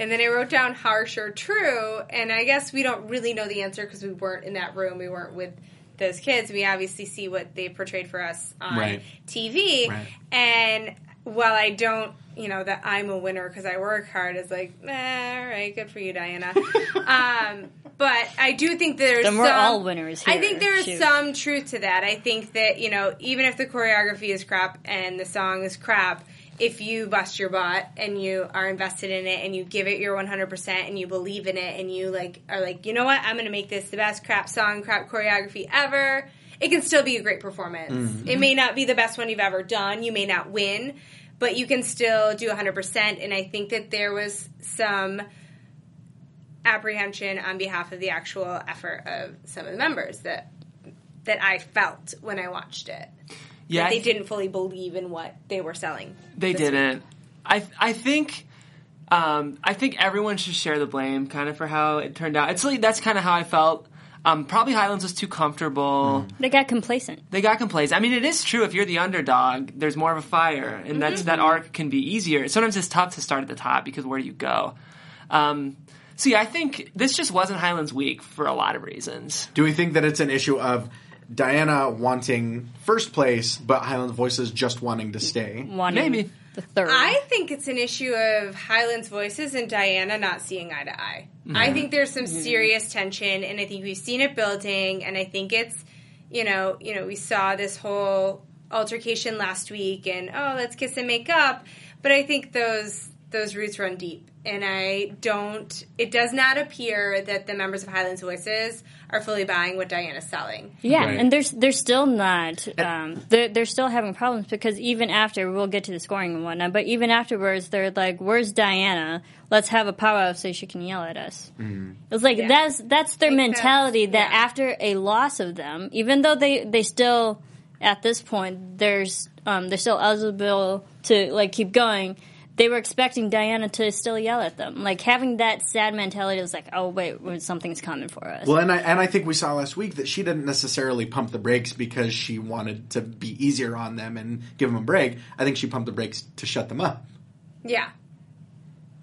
Speaker 5: And then I wrote down harsh or true. And I guess we don't really know the answer because we weren't in that room. We weren't with those kids. We obviously see what they portrayed for us on
Speaker 4: Right.
Speaker 5: TV.
Speaker 4: Right.
Speaker 5: And while I don't, you know, that I'm a winner because I work hard is like, eh, all right, good for you, Diana. um, but I do think there's
Speaker 3: Then we're
Speaker 5: some-
Speaker 3: all winners
Speaker 5: I think
Speaker 3: here,
Speaker 5: there is
Speaker 3: shoot.
Speaker 5: some truth to that. I think that you know, even if the choreography is crap and the song is crap, if you bust your butt and you are invested in it and you give it your one hundred percent and you believe in it and you like are like, you know what, I'm going to make this the best crap song, crap choreography ever. It can still be a great performance. It may not be the best one you've ever done. You may not win, but you can still do 100%. And I think that there was some apprehension on behalf of the actual effort of some of the members that that I felt when I watched it.
Speaker 2: Yeah,
Speaker 5: that they
Speaker 2: I-
Speaker 5: didn't fully believe in what they were selling.
Speaker 2: They
Speaker 5: this
Speaker 2: didn't. I I think um, I think everyone should share the blame kind of for how it turned out. It's like that's kind of how I felt. Um, probably Highlands was too comfortable.
Speaker 3: They got complacent.
Speaker 2: They got complacent. I mean, it is true. If you're the underdog, there's more of a fire, and that's that arc can be easier. Sometimes it's tough to start at the top because where do you go? Um, so yeah, I think this just wasn't Highlands week for a lot of reasons.
Speaker 4: Do we think that it's an issue of Diana wanting first place, but Highland Voices just wanting to stay?
Speaker 3: One
Speaker 2: Maybe.
Speaker 3: the third.
Speaker 5: I think it's an issue of Highland's voices and Diana not seeing eye to eye. I think there's some serious tension, and I think we've seen it building. And I think it's, you know, you know, we saw this whole altercation last week, and oh, let's kiss and make up. But I think those those roots run deep, and I don't. It does not appear that the members of Highland's voices are fully buying what Diana's selling.
Speaker 3: Yeah,
Speaker 4: Right.
Speaker 3: and they're they're still not. Um, they're they're still having problems because even after we'll get to the scoring and whatnot, but even afterwards they're like, "Where's Diana? Let's have a power up so she can yell at us." It's like that's that's their
Speaker 5: Like, that's-
Speaker 3: mentality that
Speaker 5: yeah.
Speaker 3: after a loss of them, even though they they still at this point there's um, they're still eligible to like keep going. They were expecting Diana to still yell at them. Like having that sad mentality was like, oh wait, something's coming for us.
Speaker 4: Well, and I and I think we saw last week that she didn't necessarily pump the brakes because she wanted to be easier on them and give them a break. I think she pumped the brakes to shut them up.
Speaker 5: Yeah.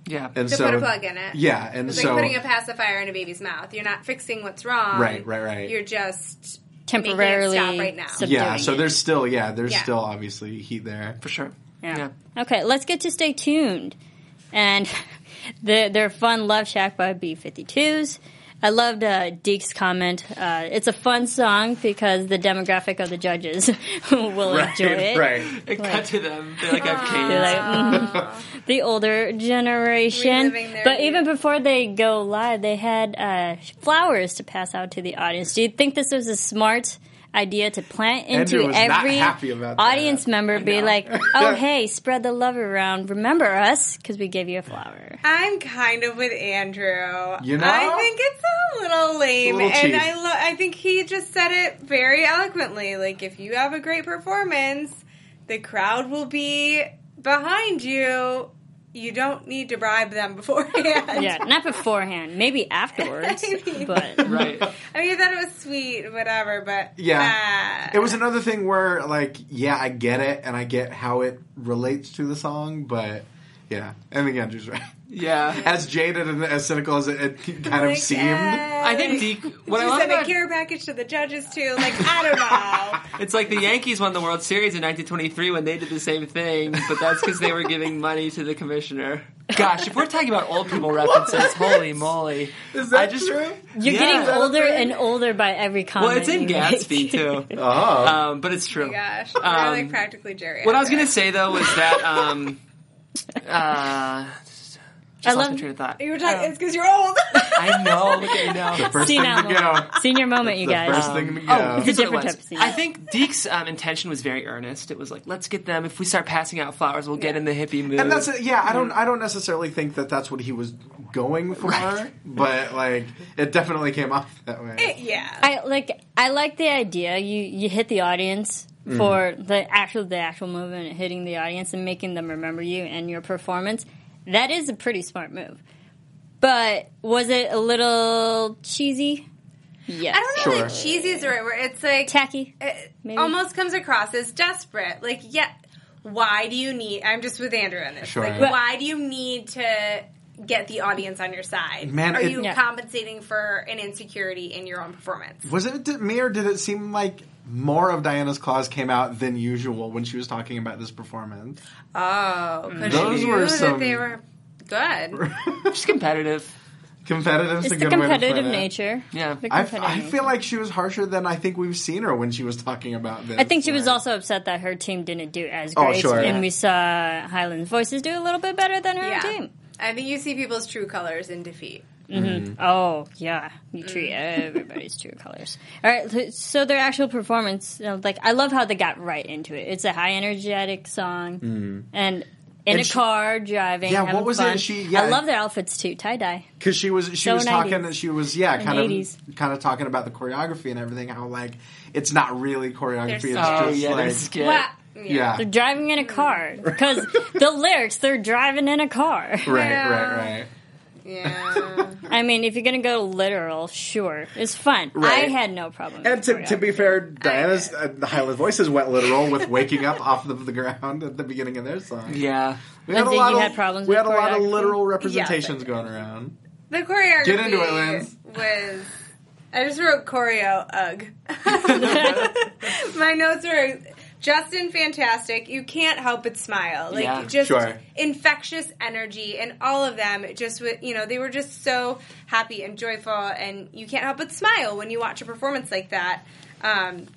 Speaker 2: Yeah,
Speaker 4: And
Speaker 5: To
Speaker 4: so,
Speaker 5: put a plug in it.
Speaker 4: Yeah, and
Speaker 5: It's like
Speaker 4: so
Speaker 5: putting a pacifier in a baby's mouth. You're not fixing what's wrong.
Speaker 4: Right, right, right.
Speaker 5: You're just
Speaker 3: Temporarily
Speaker 5: making it stop right now.
Speaker 3: sub-
Speaker 4: yeah.
Speaker 3: doing
Speaker 4: So
Speaker 3: it.
Speaker 4: there's still yeah, there's
Speaker 5: Yeah.
Speaker 4: still obviously heat there.
Speaker 2: for sure.
Speaker 3: Yeah. Okay, let's get to stay tuned. And the, their fun Love Shack by B52s. I loved uh, Deke's comment. Uh, it's a fun song because the demographic of the judges will enjoy it.
Speaker 2: It cut to them. They're like, okay,
Speaker 3: They're like, mhm. the older generation.
Speaker 5: Reliving their
Speaker 3: But
Speaker 5: youth.
Speaker 3: even before they go live, they had uh, flowers to pass out to the audience. Do you think this was a smart idea to plant into
Speaker 4: Andrew was not
Speaker 3: every
Speaker 4: happy about that.
Speaker 3: audience member? Be like, oh hey, spread the love around. Remember us because we gave you a flower.
Speaker 5: I'm kind of with Andrew.
Speaker 4: You know?
Speaker 5: I think it's a little lame,
Speaker 4: little
Speaker 5: and
Speaker 4: cheap.
Speaker 5: I lo- I think he just said it very eloquently. Like if you have a great performance, the crowd will be behind you. You don't need to bribe them beforehand.
Speaker 3: Yeah, not beforehand. Maybe afterwards, but
Speaker 2: right.
Speaker 5: I mean, I thought it was sweet, whatever, but
Speaker 4: Yeah.
Speaker 5: uh,
Speaker 4: It was another thing where like yeah, I get it and I get how it relates to the song, but yeah, I think Andrew's right.
Speaker 2: Yeah.
Speaker 4: as jaded and as cynical as it, it kind of
Speaker 5: Like,
Speaker 4: seemed.
Speaker 5: uh,
Speaker 2: I think Deke. What
Speaker 5: she
Speaker 2: I love
Speaker 5: sent a
Speaker 2: about
Speaker 5: care package to the judges too. Like I don't know.
Speaker 2: It's like the Yankees won the World Series in 1923 when they did the same thing, but that's because they were giving money to the commissioner. Gosh, if we're talking about old people references, holy moly!
Speaker 4: Is that
Speaker 2: I just-
Speaker 4: true?
Speaker 3: You're
Speaker 2: Yeah. Is
Speaker 3: getting
Speaker 2: that a
Speaker 3: older
Speaker 4: thing?
Speaker 3: and older by every comment.
Speaker 2: Well, it's in
Speaker 3: you make.
Speaker 2: Gatsby too,
Speaker 4: Oh,
Speaker 2: um, but it's true.
Speaker 5: Oh my gosh, they're
Speaker 2: Um,
Speaker 5: like practically geriatric.
Speaker 2: What I was gonna say though was that um, uh, just
Speaker 3: I
Speaker 2: lost my
Speaker 3: love
Speaker 2: train of thought.
Speaker 5: You were talking. It's because you're old.
Speaker 2: I know. Look at me now.
Speaker 4: first
Speaker 3: See
Speaker 4: thing
Speaker 3: now.
Speaker 4: to go.
Speaker 3: Senior moment, you
Speaker 4: the
Speaker 3: guys.
Speaker 4: first thing to go.
Speaker 3: It's a
Speaker 2: Here's what
Speaker 3: different
Speaker 2: it was.
Speaker 3: type of scene.
Speaker 2: I think Deke's um, intention was very earnest. It was like, let's get them. If we start passing out flowers, we'll get in the hippie mood.
Speaker 4: and that's it. yeah. I don't. I don't necessarily think that that's what he was going for, but like it definitely came off that way.
Speaker 5: yeah.
Speaker 3: I like I like the idea. You you hit the audience
Speaker 4: Mm-hmm.
Speaker 3: for the actual the actual movement hitting the audience and making them remember you and your performance. That is a pretty smart move. But was it a little cheesy? Yes.
Speaker 5: I don't know
Speaker 4: Sure.
Speaker 5: if cheesy is the right word. It's like
Speaker 3: Tacky.
Speaker 5: It
Speaker 3: Maybe.
Speaker 5: almost comes across as desperate. Like, yeah, why do you need? I'm just with Andrew on this.
Speaker 4: Sure.
Speaker 5: Like,
Speaker 4: But-
Speaker 5: why do you need to get the audience on your side?
Speaker 4: Man,
Speaker 5: are
Speaker 4: it-
Speaker 5: you
Speaker 3: Yeah.
Speaker 5: compensating for an insecurity in your own performance?
Speaker 4: Was it to me or did it seem like more of Diana's claws came out than usual when she was talking about this performance?
Speaker 5: Oh, 'cause
Speaker 4: Those
Speaker 5: she
Speaker 4: were
Speaker 5: knew
Speaker 4: some-
Speaker 5: that they were good.
Speaker 2: just competitive.
Speaker 4: Competitive is
Speaker 3: It's
Speaker 4: a
Speaker 3: the
Speaker 4: good way to
Speaker 3: competitive
Speaker 4: put it.
Speaker 3: nature.
Speaker 2: Yeah.
Speaker 3: The
Speaker 4: I,
Speaker 3: competitive
Speaker 4: I
Speaker 3: nature.
Speaker 4: feel like she was harsher than I think we've seen her when she was talking about this.
Speaker 3: I think she was
Speaker 4: Like,
Speaker 3: also upset that her team didn't do as
Speaker 4: Oh,
Speaker 3: great,
Speaker 4: sure.
Speaker 3: and we saw Highland Voices do a little bit better than her
Speaker 5: Yeah.
Speaker 3: team.
Speaker 5: I think you see people's true colors in defeat.
Speaker 3: Oh yeah, you treat everybody's true colors. All right, th- so their actual performance, you know, like I love how they got right into it. It's a high energetic song, and in
Speaker 4: Mm. And
Speaker 3: a
Speaker 4: she-
Speaker 3: car driving.
Speaker 4: Yeah,
Speaker 3: having
Speaker 4: what was it?
Speaker 3: fun.
Speaker 4: She- yeah.
Speaker 3: I love their outfits too, tie dye.
Speaker 4: because she was she
Speaker 3: So
Speaker 4: was talking
Speaker 3: 90s.
Speaker 4: that she was yeah kind of
Speaker 3: 80s.
Speaker 4: kind of talking about the choreography and everything how like it's not really choreography
Speaker 5: They're
Speaker 4: it's
Speaker 5: so-
Speaker 2: Oh
Speaker 4: just
Speaker 2: yeah,
Speaker 4: like
Speaker 2: that's good.
Speaker 5: Well,
Speaker 4: yeah
Speaker 3: They're driving in a car because the lyrics they're driving in a car.
Speaker 4: right
Speaker 5: Yeah.
Speaker 4: right right
Speaker 5: Yeah.
Speaker 3: I mean, if you're gonna go literal, sure, it's fun.
Speaker 4: Right.
Speaker 3: I had no problem.
Speaker 4: and
Speaker 3: with
Speaker 4: to, to be
Speaker 3: choreography.
Speaker 4: fair Diana's uh, the Highland Voices went literal with waking up off of the ground at the beginning of their song
Speaker 2: Yeah.
Speaker 4: we had a
Speaker 3: Lindsay,
Speaker 4: lot
Speaker 3: you
Speaker 4: of
Speaker 3: had problems
Speaker 4: we
Speaker 3: with
Speaker 4: had a lot of
Speaker 3: choreography? Uh,
Speaker 4: literal representations going around
Speaker 5: The choreography
Speaker 4: Get into it, Lance.
Speaker 5: was. I just wrote choreo, ugh. My notes were Justin, fantastic. You can't help but smile. Like,
Speaker 2: Yeah,
Speaker 5: just
Speaker 4: sure.
Speaker 5: infectious energy, and all of them just, wa- you know, they were just so happy and joyful, and you can't help but smile when you watch a performance like that. Um,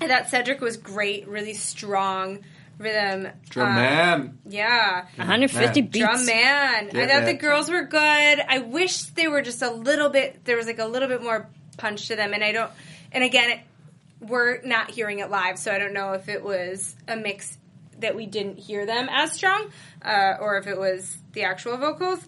Speaker 5: I thought Cedric was great, really strong rhythm.
Speaker 4: drum
Speaker 5: Um,
Speaker 4: man
Speaker 3: 150
Speaker 4: Man.
Speaker 3: beats.
Speaker 5: Drum man.
Speaker 4: Yeah,
Speaker 5: I thought the
Speaker 4: man.
Speaker 5: girls were good. I wish they were just a little bit. There was like a little bit more punch to them, and I don't. And again, it, we're not hearing it live, so I don't know if it was a mix that we didn't hear them as strong, uh, or if it was the actual vocals.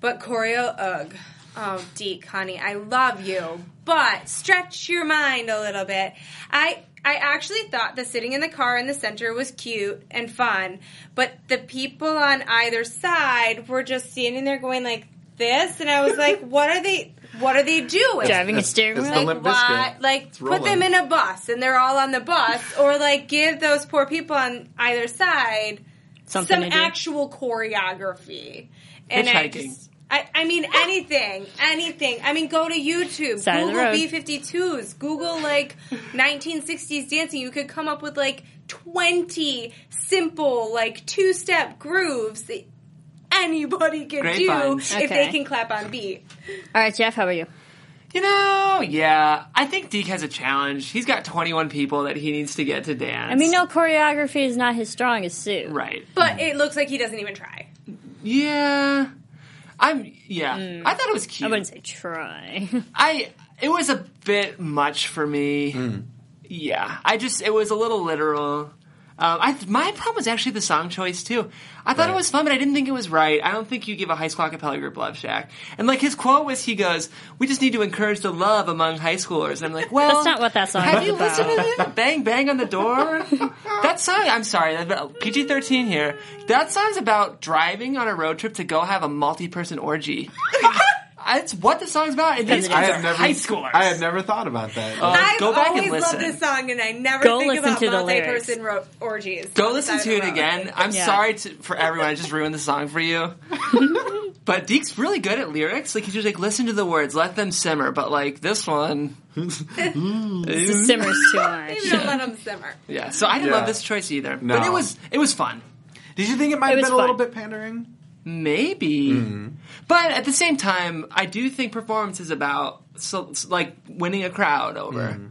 Speaker 5: But choreo, ugh. Oh, Deke, honey, I love you, but stretch your mind a little bit. I I actually thought the sitting in the car in the center was cute and fun, but the people on either side were just standing there going like this, and I was like, what are they? What are they doing?
Speaker 3: Driving a steering
Speaker 4: it's
Speaker 3: wheel.
Speaker 4: the
Speaker 3: Like,
Speaker 4: Limp
Speaker 5: Why,
Speaker 4: Bizkit.
Speaker 5: like
Speaker 4: It's
Speaker 5: put
Speaker 4: rolling.
Speaker 5: them in a bus and they're all on the bus, or like give those poor people on either side
Speaker 3: Something
Speaker 5: some
Speaker 3: to do.
Speaker 5: actual choreography. And I,
Speaker 2: Hitchhiking.
Speaker 5: just- I, I mean anything, anything. I mean, go to YouTube,
Speaker 3: Side of the
Speaker 5: Google
Speaker 3: road.
Speaker 5: B fifty twos, Google like nineteen sixties dancing. You could come up with like twenty simple like two step grooves that anybody can
Speaker 2: Great
Speaker 5: do
Speaker 2: finds.
Speaker 5: if
Speaker 3: Okay.
Speaker 5: they can clap on beat.
Speaker 3: All right, Jeff, how are you?
Speaker 2: You know, yeah. I think Deke has a challenge. He's got 21 people that he needs to get to dance.
Speaker 3: I mean, no choreography is not his strongest suit.
Speaker 2: Right.
Speaker 5: But it looks like he doesn't even try.
Speaker 2: Yeah. I'm. Yeah. I thought it was
Speaker 3: Mm. I
Speaker 2: cute.
Speaker 3: wouldn't say try.
Speaker 2: I it was a bit much for me. Yeah, I just it was a little literal. Um, I my problem was actually the song choice too. I thought it
Speaker 4: Right.
Speaker 2: was fun, but I didn't think it was right. I don't think you give a high school acapella group love shack. And like his quote was, he goes, "We just need to encourage the love among high schoolers." And I'm like, well,
Speaker 3: That's not what that song
Speaker 2: Have
Speaker 3: was
Speaker 2: you
Speaker 3: about.
Speaker 2: listened to it? Bang Bang on the Door? that song, I'm sorry, PG 13 here. That song's about driving on a road trip to go have a multi person orgy. That's what the song's about. And these kids
Speaker 3: I
Speaker 2: are
Speaker 3: had
Speaker 4: never
Speaker 2: high schoolers.
Speaker 4: I had never thought about that
Speaker 5: I've
Speaker 2: go back and
Speaker 5: always
Speaker 2: listen.
Speaker 5: loved this song, and I never
Speaker 3: Go
Speaker 5: think
Speaker 3: listen
Speaker 5: about
Speaker 3: to the
Speaker 5: multi-person ro- orgies.
Speaker 2: Go listen
Speaker 5: Side
Speaker 2: to
Speaker 5: of
Speaker 2: it
Speaker 5: the road.
Speaker 2: again. I'm
Speaker 3: Yeah.
Speaker 2: sorry to, for everyone. I just ruined the song for you. But Deke's really good at lyrics. Like he's just like listen to the words, let them simmer. But like this one,
Speaker 5: Mm-hmm.
Speaker 3: It simmers too much.
Speaker 5: Maybe don't let them simmer.
Speaker 2: yeah. So I didn't
Speaker 4: Yeah.
Speaker 2: love this choice either.
Speaker 4: No.
Speaker 2: But it was it was fun.
Speaker 4: Did you think it might have
Speaker 3: was
Speaker 4: been a little
Speaker 3: fun.
Speaker 4: bit pandering?
Speaker 2: Maybe.
Speaker 4: Mm-hmm.
Speaker 2: But at the same time, I do think performance is about so, s- like winning a crowd over.
Speaker 4: Mm-hmm.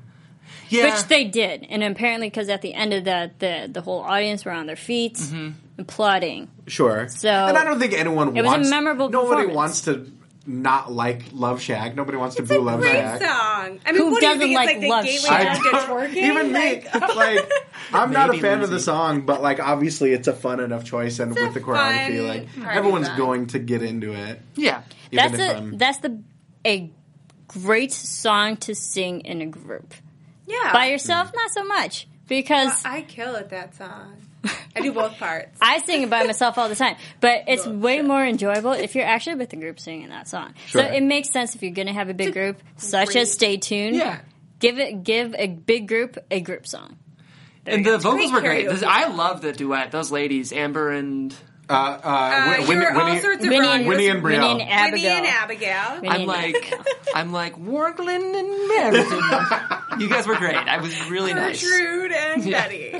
Speaker 2: Yeah.
Speaker 3: Which they did, and apparently because at the end of that, the the whole audience were on their feet,
Speaker 5: Mm-hmm.
Speaker 3: applauding.
Speaker 4: Sure.
Speaker 3: So-
Speaker 4: and I don't think anyone
Speaker 3: It was a
Speaker 4: wants
Speaker 3: memorable
Speaker 4: nobody
Speaker 3: performance.
Speaker 4: wants to not like Love Shack. Nobody wants to
Speaker 5: It's a
Speaker 4: boo Love
Speaker 5: great
Speaker 4: Shack.
Speaker 5: song. I mean,
Speaker 3: Who
Speaker 5: what do you
Speaker 3: doesn't
Speaker 5: think?
Speaker 3: like
Speaker 5: it's like
Speaker 3: Love
Speaker 5: the gateway
Speaker 3: Shack?
Speaker 5: drug to twerking.
Speaker 4: Even me,
Speaker 5: Like,
Speaker 4: like I'm not a
Speaker 2: Maybe
Speaker 4: fan of
Speaker 2: Lindsay.
Speaker 4: the song, but like obviously it's a fun enough choice, and
Speaker 5: a
Speaker 4: with the choreography,
Speaker 5: fun
Speaker 4: like
Speaker 5: party
Speaker 4: everyone's
Speaker 5: song.
Speaker 4: going to get into it.
Speaker 2: yeah.
Speaker 4: Even
Speaker 3: That's
Speaker 4: if um,
Speaker 3: a
Speaker 4: I'm-
Speaker 3: that's the a great song to sing in a group
Speaker 5: yeah,
Speaker 3: by yourself. Not so much because
Speaker 5: I kill at that song. I do both parts.
Speaker 3: I sing it by myself all the time, but it's
Speaker 5: Gotcha.
Speaker 3: way more enjoyable if you're actually with the group singing that song. So
Speaker 4: Sure.
Speaker 3: it makes sense if you're going to have a big group, such
Speaker 5: great-
Speaker 3: as Stay Tuned.
Speaker 2: Yeah.
Speaker 3: Give it, give a big group a group song.
Speaker 2: And the vocals
Speaker 5: Great
Speaker 2: were great.
Speaker 5: karaoke
Speaker 2: This- I love the duet. Those ladies, Amber and
Speaker 4: uh, uh,
Speaker 5: Uh,
Speaker 4: Win-
Speaker 5: you were all
Speaker 4: Winnie-
Speaker 5: sorts of
Speaker 3: Winnie
Speaker 5: wrong.
Speaker 3: and,
Speaker 4: Winnie and Brielle.
Speaker 3: Winnie and
Speaker 5: Winnie
Speaker 3: Abigail.
Speaker 5: and Abigail.
Speaker 3: Winnie
Speaker 2: I'm
Speaker 3: and
Speaker 2: like,
Speaker 3: Abigail.
Speaker 2: I'm like Warglin and Meriden. you guys were great. I was really nice.
Speaker 5: Gertrude and Betty.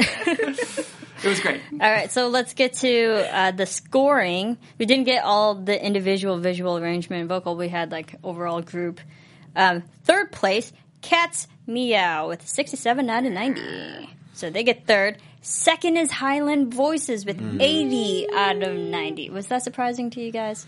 Speaker 2: It was great.
Speaker 3: all right, so let's get to uh, the scoring. We didn't get all the individual visual arrangement and vocal. We had like overall group. Um, third place, Cats Meow with 67 out of 90. So they get third. Second is Highland Voices with
Speaker 4: Mm.
Speaker 3: 80 out of 90. Was that surprising to you guys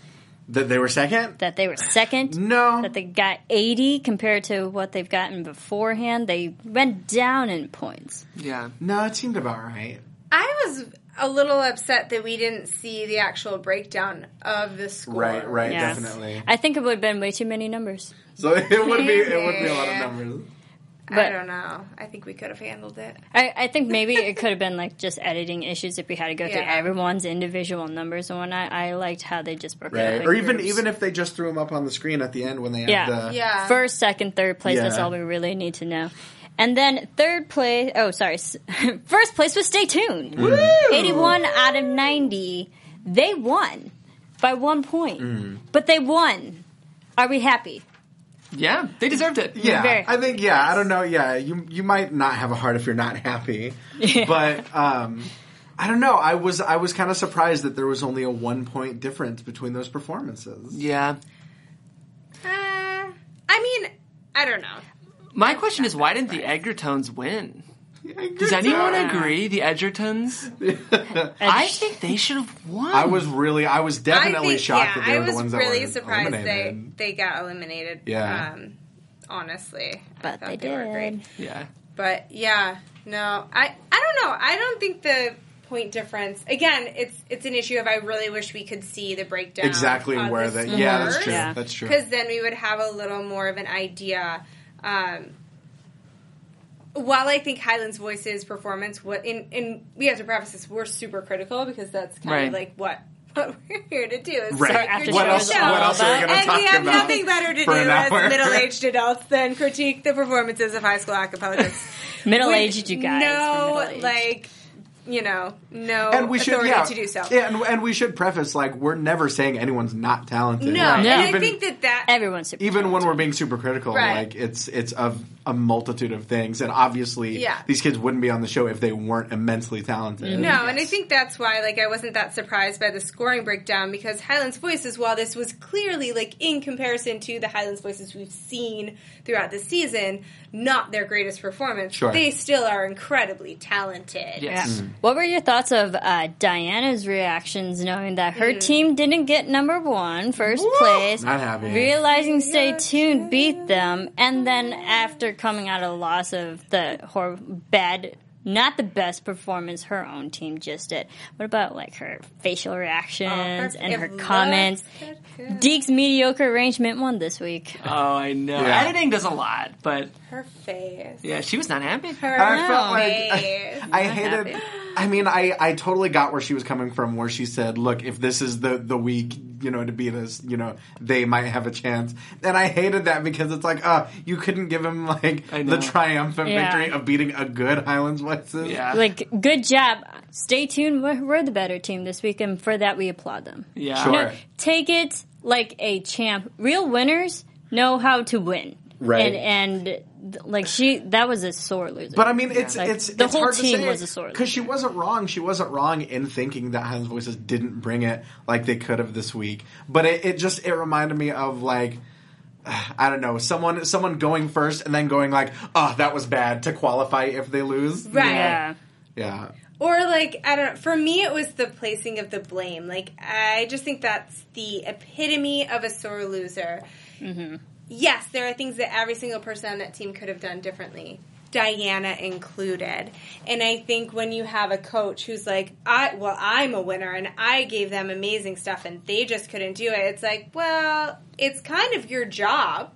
Speaker 4: that they were second.
Speaker 3: that they were second?
Speaker 4: No.
Speaker 3: That they got 80 compared to what they've gotten beforehand? They went down in points.
Speaker 2: Yeah.
Speaker 4: No, it seemed about right.
Speaker 5: I was a little upset that we didn't see the actual breakdown of the score.
Speaker 4: Right, right,
Speaker 3: Yeah.
Speaker 4: definitely.
Speaker 3: I think it would have been way too many numbers.
Speaker 4: So it would be it would be a lot of numbers.
Speaker 5: I
Speaker 3: But-
Speaker 5: don't know. I think we could have handled it.
Speaker 3: I, I think maybe it could have been like just editing issues if we had to go through
Speaker 5: Yeah.
Speaker 3: everyone's individual numbers and whatnot. I liked how they just broke it
Speaker 4: Right,
Speaker 3: up.
Speaker 4: or even even if they just threw them up on the screen at the end when they had
Speaker 3: Yeah.
Speaker 4: the
Speaker 5: Yeah.
Speaker 3: first, second, third place. That's
Speaker 4: Yeah.
Speaker 3: all we really need to know. And then third place. Oh, sorry. s- First place was Stay Tuned. Eighty-one out of ninety. They won by one point,
Speaker 4: Mm.
Speaker 3: but they won. Are we happy?
Speaker 2: Yeah. They deserved it.
Speaker 4: Yeah,
Speaker 3: Very-
Speaker 4: I think yeah. I don't know. Yeah, you you might not have a heart if you're not happy, but um, I don't know. I was I was kind of surprised that there was only a one point difference between those performances.
Speaker 2: Yeah.
Speaker 5: Uh, I mean, I don't know.
Speaker 2: My question is, why didn't the Edgertons win? Does anyone agree? The Edgertons? I think they should have won.
Speaker 4: I was really I was definitely
Speaker 5: I think,
Speaker 4: shocked
Speaker 5: yeah,
Speaker 4: that they
Speaker 5: I
Speaker 4: were
Speaker 5: was
Speaker 4: the ones
Speaker 5: really
Speaker 4: that were
Speaker 5: surprised
Speaker 4: eliminated.
Speaker 5: they um, they got eliminated.
Speaker 4: Yeah.
Speaker 5: Um, honestly, I
Speaker 3: But
Speaker 5: thought
Speaker 3: they,
Speaker 5: were great.
Speaker 3: did.
Speaker 2: Yeah.
Speaker 5: But yeah, no, I I don't know. I don't think the point difference again. It's it's an issue of I really wish we could see the breakdown
Speaker 4: exactly
Speaker 5: of
Speaker 4: where
Speaker 5: the
Speaker 4: they. Yeah, that's
Speaker 5: scores.
Speaker 4: true.
Speaker 3: Yeah.
Speaker 4: That's true.
Speaker 5: because then we would have a little more of an idea. Um, while I think Highland's Voices performance, what in in we have to preface this, we're super critical because that's kind
Speaker 2: Right.
Speaker 5: of like what what we're here to do is
Speaker 4: Right.
Speaker 5: start
Speaker 3: Our after
Speaker 5: critiquing
Speaker 3: show
Speaker 5: the
Speaker 3: is all What else are we
Speaker 4: about- gonna
Speaker 5: and
Speaker 4: talk
Speaker 5: we have
Speaker 4: about
Speaker 5: nothing better to do
Speaker 4: for an
Speaker 5: as
Speaker 4: hour?
Speaker 5: middle aged adults than critique the performances of high school acapella groups.
Speaker 3: Middle-aged, you guys. We're
Speaker 5: No,
Speaker 3: middle-aged.
Speaker 5: like you know, no
Speaker 4: and we should
Speaker 5: Oh, authority
Speaker 4: yeah,
Speaker 5: to do so.
Speaker 4: yeah, and, and we should preface like we're never saying anyone's not talented.
Speaker 5: No,
Speaker 4: Like,
Speaker 5: and I
Speaker 4: even-
Speaker 5: think that that
Speaker 3: Everyone's super
Speaker 4: even when we're being super critical,
Speaker 5: Right.
Speaker 4: like it's it's of a multitude of things, and obviously,
Speaker 5: Yeah.
Speaker 4: these kids wouldn't be on the show if they weren't immensely talented.
Speaker 5: No, and I think that's why like I wasn't that surprised by the scoring breakdown because Highlands Voices, while this was clearly like in comparison to the Highlands Voices we've seen throughout the season, not their greatest performance,
Speaker 4: Sure.
Speaker 5: they still are incredibly talented.
Speaker 2: Yes.
Speaker 3: What were your thoughts of uh, Diana's reactions knowing that her team didn't get number one, first place?
Speaker 4: Not happy.
Speaker 3: Realizing Stay Tuned beat them, and then after coming out of the loss of the hor- bad, not the best performance her own team just did. What about like her facial reactions and her
Speaker 5: it
Speaker 3: comments?
Speaker 5: looks good.
Speaker 3: Deke's mediocre arrangement won this week.
Speaker 4: Ah.
Speaker 2: Oh, I know.
Speaker 4: Yeah.
Speaker 2: Editing does a lot, but
Speaker 5: Her face.
Speaker 2: yeah, she was not happy.
Speaker 5: Her
Speaker 4: I felt like
Speaker 5: face.
Speaker 4: I hated. I mean, I I totally got where she was coming from, where she said, "Look, if this is the the week." You know, to beat us, you know, they might have a chance. And I hated that because it's like, uh, you couldn't give him like
Speaker 2: I know.
Speaker 4: the triumphant
Speaker 3: Yeah.
Speaker 4: victory of beating a good Highlands Voices.
Speaker 2: Yeah.
Speaker 3: Like, good job. Stay tuned. We're we're the better team this week, and for that, we applaud them.
Speaker 2: yeah.
Speaker 4: Sure.
Speaker 3: Take it like a champ. Real winners know how to win.
Speaker 4: Right.
Speaker 3: And and like she that was a sore loser.
Speaker 4: But I mean, it's
Speaker 3: Like,
Speaker 4: it's
Speaker 3: the
Speaker 4: it's
Speaker 3: whole
Speaker 4: hard
Speaker 3: team
Speaker 4: to say
Speaker 3: was a sore
Speaker 4: because she wasn't wrong. She wasn't wrong in thinking that Hans Voices didn't bring it like they could have this week. But it, it just it reminded me of like. I don't know someone someone going first and then going like oh that was bad to qualify if they lose
Speaker 5: Right.
Speaker 3: yeah.
Speaker 4: yeah
Speaker 5: Or like I don't. For me, it was the placing of the blame. Like I just think that's the epitome of a sore loser. Yes, there are things that every single person on that team could have done differently, Diana included. And I think when you have a coach who's like, "I well, I'm a winner, and I gave them amazing stuff, and they just couldn't do it," it's like, well, it's kind of your job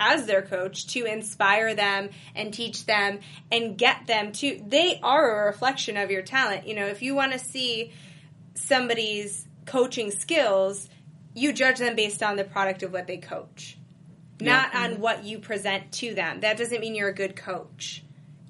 Speaker 5: as their coach to inspire them and teach them and get them to they are a reflection of your talent you know if you want to see somebody's coaching skills you judge them based on the product of what they coach not on what you present to them that doesn't mean you're a good coach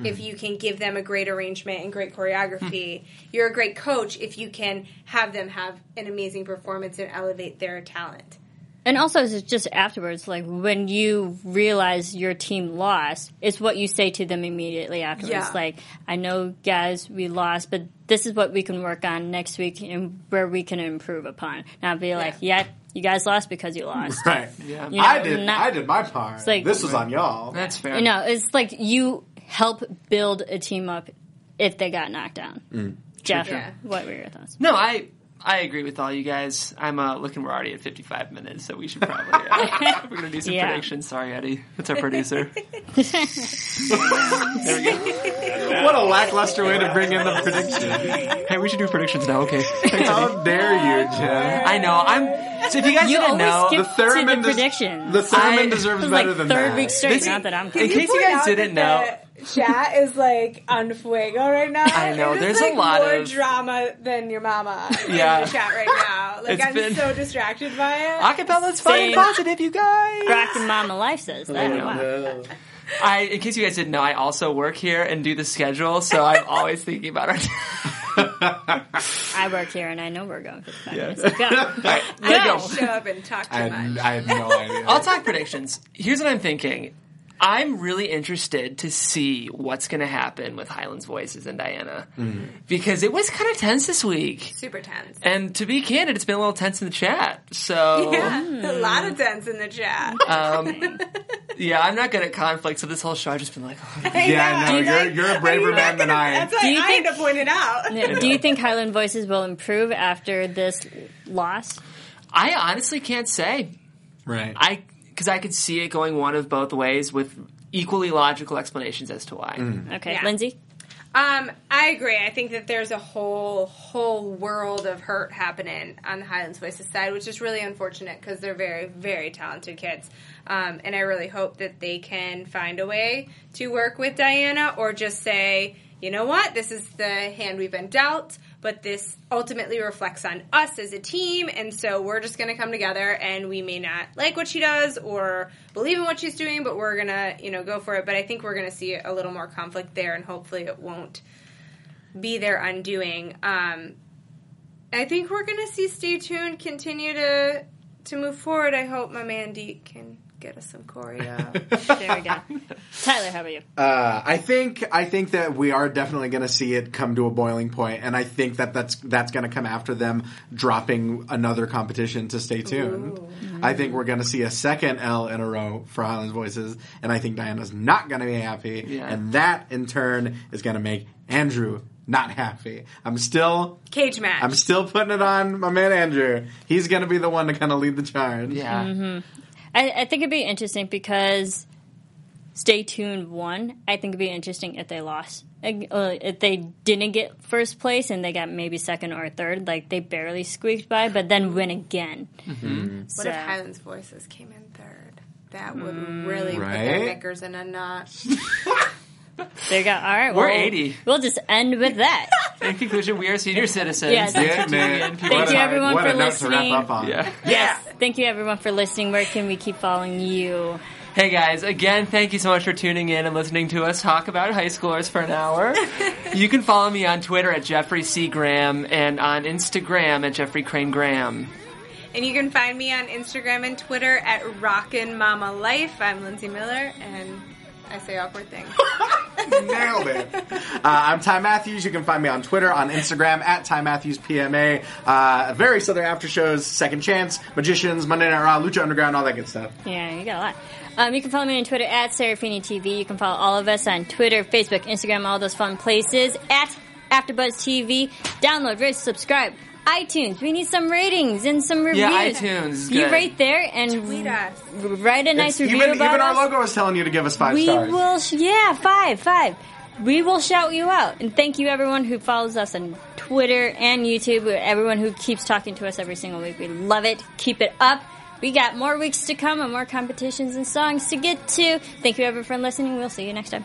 Speaker 5: if you can give them a great arrangement and great choreography you're a great coach if you can have them have an amazing performance and elevate their talent
Speaker 3: And also, it's just afterwards, like when you realize your team lost, it's what you say to them immediately afterwards.
Speaker 5: Yeah.
Speaker 3: Like, I know, guys, we lost, but this is what we can work on next week and where we can improve upon. Not be like, yeah, you guys lost because you lost.
Speaker 4: right
Speaker 2: Yeah.
Speaker 3: You know,
Speaker 4: I did
Speaker 3: not-
Speaker 4: I did my part
Speaker 3: like-
Speaker 4: this was on y'all
Speaker 2: That's fair.
Speaker 3: You know, it's like you help build a team up if they got knocked down. Jeff,
Speaker 5: true. Yeah.
Speaker 3: what were your thoughts?
Speaker 2: No, I I agree with all you guys. I'm uh, looking. We're already at 55 minutes, so we should probably uh, we're gonna do some
Speaker 3: Yeah.
Speaker 2: predictions. Sorry, Eddie. That's our producer.
Speaker 4: what a lackluster way to bring in the prediction
Speaker 2: hey, we should do predictions now. Okay.
Speaker 4: how dare you Jen
Speaker 2: I know. I'm. So if you guys
Speaker 3: You
Speaker 2: didn't
Speaker 3: always
Speaker 2: know,
Speaker 3: skip
Speaker 4: the theremin
Speaker 3: to the
Speaker 4: des-
Speaker 3: predictions.
Speaker 4: the theremin
Speaker 2: I-
Speaker 4: deserves
Speaker 3: It was
Speaker 4: better
Speaker 3: like
Speaker 4: than
Speaker 3: third
Speaker 4: that
Speaker 3: week straight.
Speaker 2: This-
Speaker 3: not that I'm.
Speaker 2: In case you
Speaker 5: point
Speaker 2: guys
Speaker 5: out
Speaker 2: didn't
Speaker 5: that
Speaker 2: know,
Speaker 5: the chat is like on fuego right now.
Speaker 2: I know,
Speaker 5: It is,
Speaker 2: there's a
Speaker 5: like,
Speaker 2: lot
Speaker 5: more
Speaker 2: of-
Speaker 5: drama than your mama
Speaker 2: Yeah.
Speaker 5: in the chat right now. Like
Speaker 2: It's
Speaker 5: I'm
Speaker 2: been-
Speaker 5: so distracted by it.
Speaker 2: Acapella's fun and
Speaker 3: Same.
Speaker 2: positive, you guys.
Speaker 3: Rock and Mama Life says that. Wow.
Speaker 2: I, in case you guys didn't know, I also work here and do the schedule, so I'm always thinking about our.
Speaker 3: I work here and I know we're going for the five
Speaker 2: Yeah.
Speaker 3: minutes. Go.
Speaker 5: I
Speaker 2: Go.
Speaker 5: don't show up and talk too
Speaker 4: I had,
Speaker 5: much.
Speaker 4: I had no idea
Speaker 2: I'll talk predictions. Here's what I'm thinking. I'm really interested to see what's going to happen with Highland's Voices and Diana because it was kind of tense this week.
Speaker 5: Super tense.
Speaker 2: And to be candid, it's been a little tense in the chat. So
Speaker 5: Yeah, a lot of tense in the chat.
Speaker 2: Uh, yeah, I'm not good at conflict. So this whole show, I've just been like,
Speaker 4: Yeah, no,
Speaker 3: Do you
Speaker 4: you're,
Speaker 3: think-
Speaker 4: you're a braver
Speaker 5: You're
Speaker 4: man
Speaker 5: not
Speaker 4: than
Speaker 5: gonna-
Speaker 4: I.
Speaker 5: That's why
Speaker 3: Do you
Speaker 5: I
Speaker 3: think-
Speaker 5: had to point it out.
Speaker 3: Do you think Highland Voices will improve after this loss?
Speaker 2: I honestly can't say.
Speaker 4: Right.
Speaker 2: I because I could see it going one of both ways with equally logical explanations as to why.
Speaker 3: Okay,
Speaker 5: Yeah.
Speaker 3: Lindsay.
Speaker 5: Um, I agree. I think that there's a whole whole world of hurt happening on the Highlands Voices side, which is really unfortunate because they're very very talented kids, um, and I really hope that they can find a way to work with Diana or just say, you know what, this is the hand we've been dealt. But this ultimately reflects on us as a team, and so we're just going to come together, and we may not like what she does or believe in what she's doing, but we're gonna, you know, go for it. But I think we're gonna see a little more conflict there, and hopefully it won't be their undoing. Um, I think we're gonna see. Stay tuned. Continue to to move forward. I hope my man Deke can get us some choreo.
Speaker 3: There we go. Tyler, how about you?
Speaker 4: Uh, I think I think that we are definitely going to see it come to a boiling point, and I think that that's that's going to come after them dropping another competition to stay tuned. I think we're going to see a second L in a row for Highlands Voices, and I think Diana's not going to be happy,
Speaker 2: Yeah.
Speaker 4: and that in turn is going to make Andrew not happy. I'm still
Speaker 5: Cage match.
Speaker 4: I'm still putting it on my man Andrew. He's going to be the one to kind of lead the charge.
Speaker 2: Yeah,
Speaker 3: I, I think it'd be interesting because Stay Tuned won. I think it'd be interesting if they lost. Like, Uh, if they didn't get first place and they got maybe second or third, like they barely squeaked by, but then win again.
Speaker 5: what if Highlands Voices came in third? That would really put
Speaker 4: Right?
Speaker 5: their knickers in a knot.
Speaker 3: There you go. All right,
Speaker 2: We're
Speaker 3: well,
Speaker 2: 80.
Speaker 3: We'll just end with that.
Speaker 2: In conclusion, we are senior citizens.
Speaker 3: Yeah,
Speaker 2: Thanks
Speaker 4: Yeah,
Speaker 2: for tuning in.
Speaker 4: man.
Speaker 2: People
Speaker 3: Thank
Speaker 4: What
Speaker 3: you,
Speaker 4: a-
Speaker 3: everyone,
Speaker 4: what a
Speaker 3: for
Speaker 4: note to
Speaker 3: listening.
Speaker 4: wrap up on.
Speaker 2: Yeah.
Speaker 3: yes. Thank you, everyone, for listening. Where can we keep following you?
Speaker 2: Hey guys, again, thank you so much for tuning in and listening to us talk about high schoolers for an hour. you can follow me on Twitter at Jeffrey C. Graham and on Instagram at Jeffrey Crane Graham.
Speaker 5: And you can find me on Instagram and Twitter at Rockin' Mama Life. I'm Lindsay Miller, and I say awkward things.
Speaker 4: Nailed it. Uh, I'm Ty Matthews. You can find me on Twitter, on Instagram at Ty Matthews PMA. Uh, various other after shows, Second Chance, Magicians, Monday Night Raw, Lucha Underground, all that good stuff.
Speaker 3: Yeah, you got a lot. Um, you can follow me on Twitter at Serafini TV. You can follow all of us on Twitter, Facebook, Instagram, all those fun places at AfterBuzz TV. Download, rate, subscribe. iTunes. We need some ratings and some reviews.
Speaker 2: Yeah, iTunes is
Speaker 3: You
Speaker 2: good.
Speaker 3: rate there and
Speaker 5: Tweet us.
Speaker 3: r- write a nice
Speaker 4: It's-
Speaker 3: review
Speaker 4: even
Speaker 3: about
Speaker 4: even our
Speaker 3: us.
Speaker 4: logo is telling you to give us five
Speaker 3: we
Speaker 4: stars.
Speaker 3: will, sh- yeah, five, five. We will shout you out. And thank you, everyone who follows us on Twitter and YouTube, everyone who keeps talking to us every single week. We love it. Keep it up. We got more weeks to come and more competitions and songs to get to. Thank you, everyone, for listening. We'll see you next time.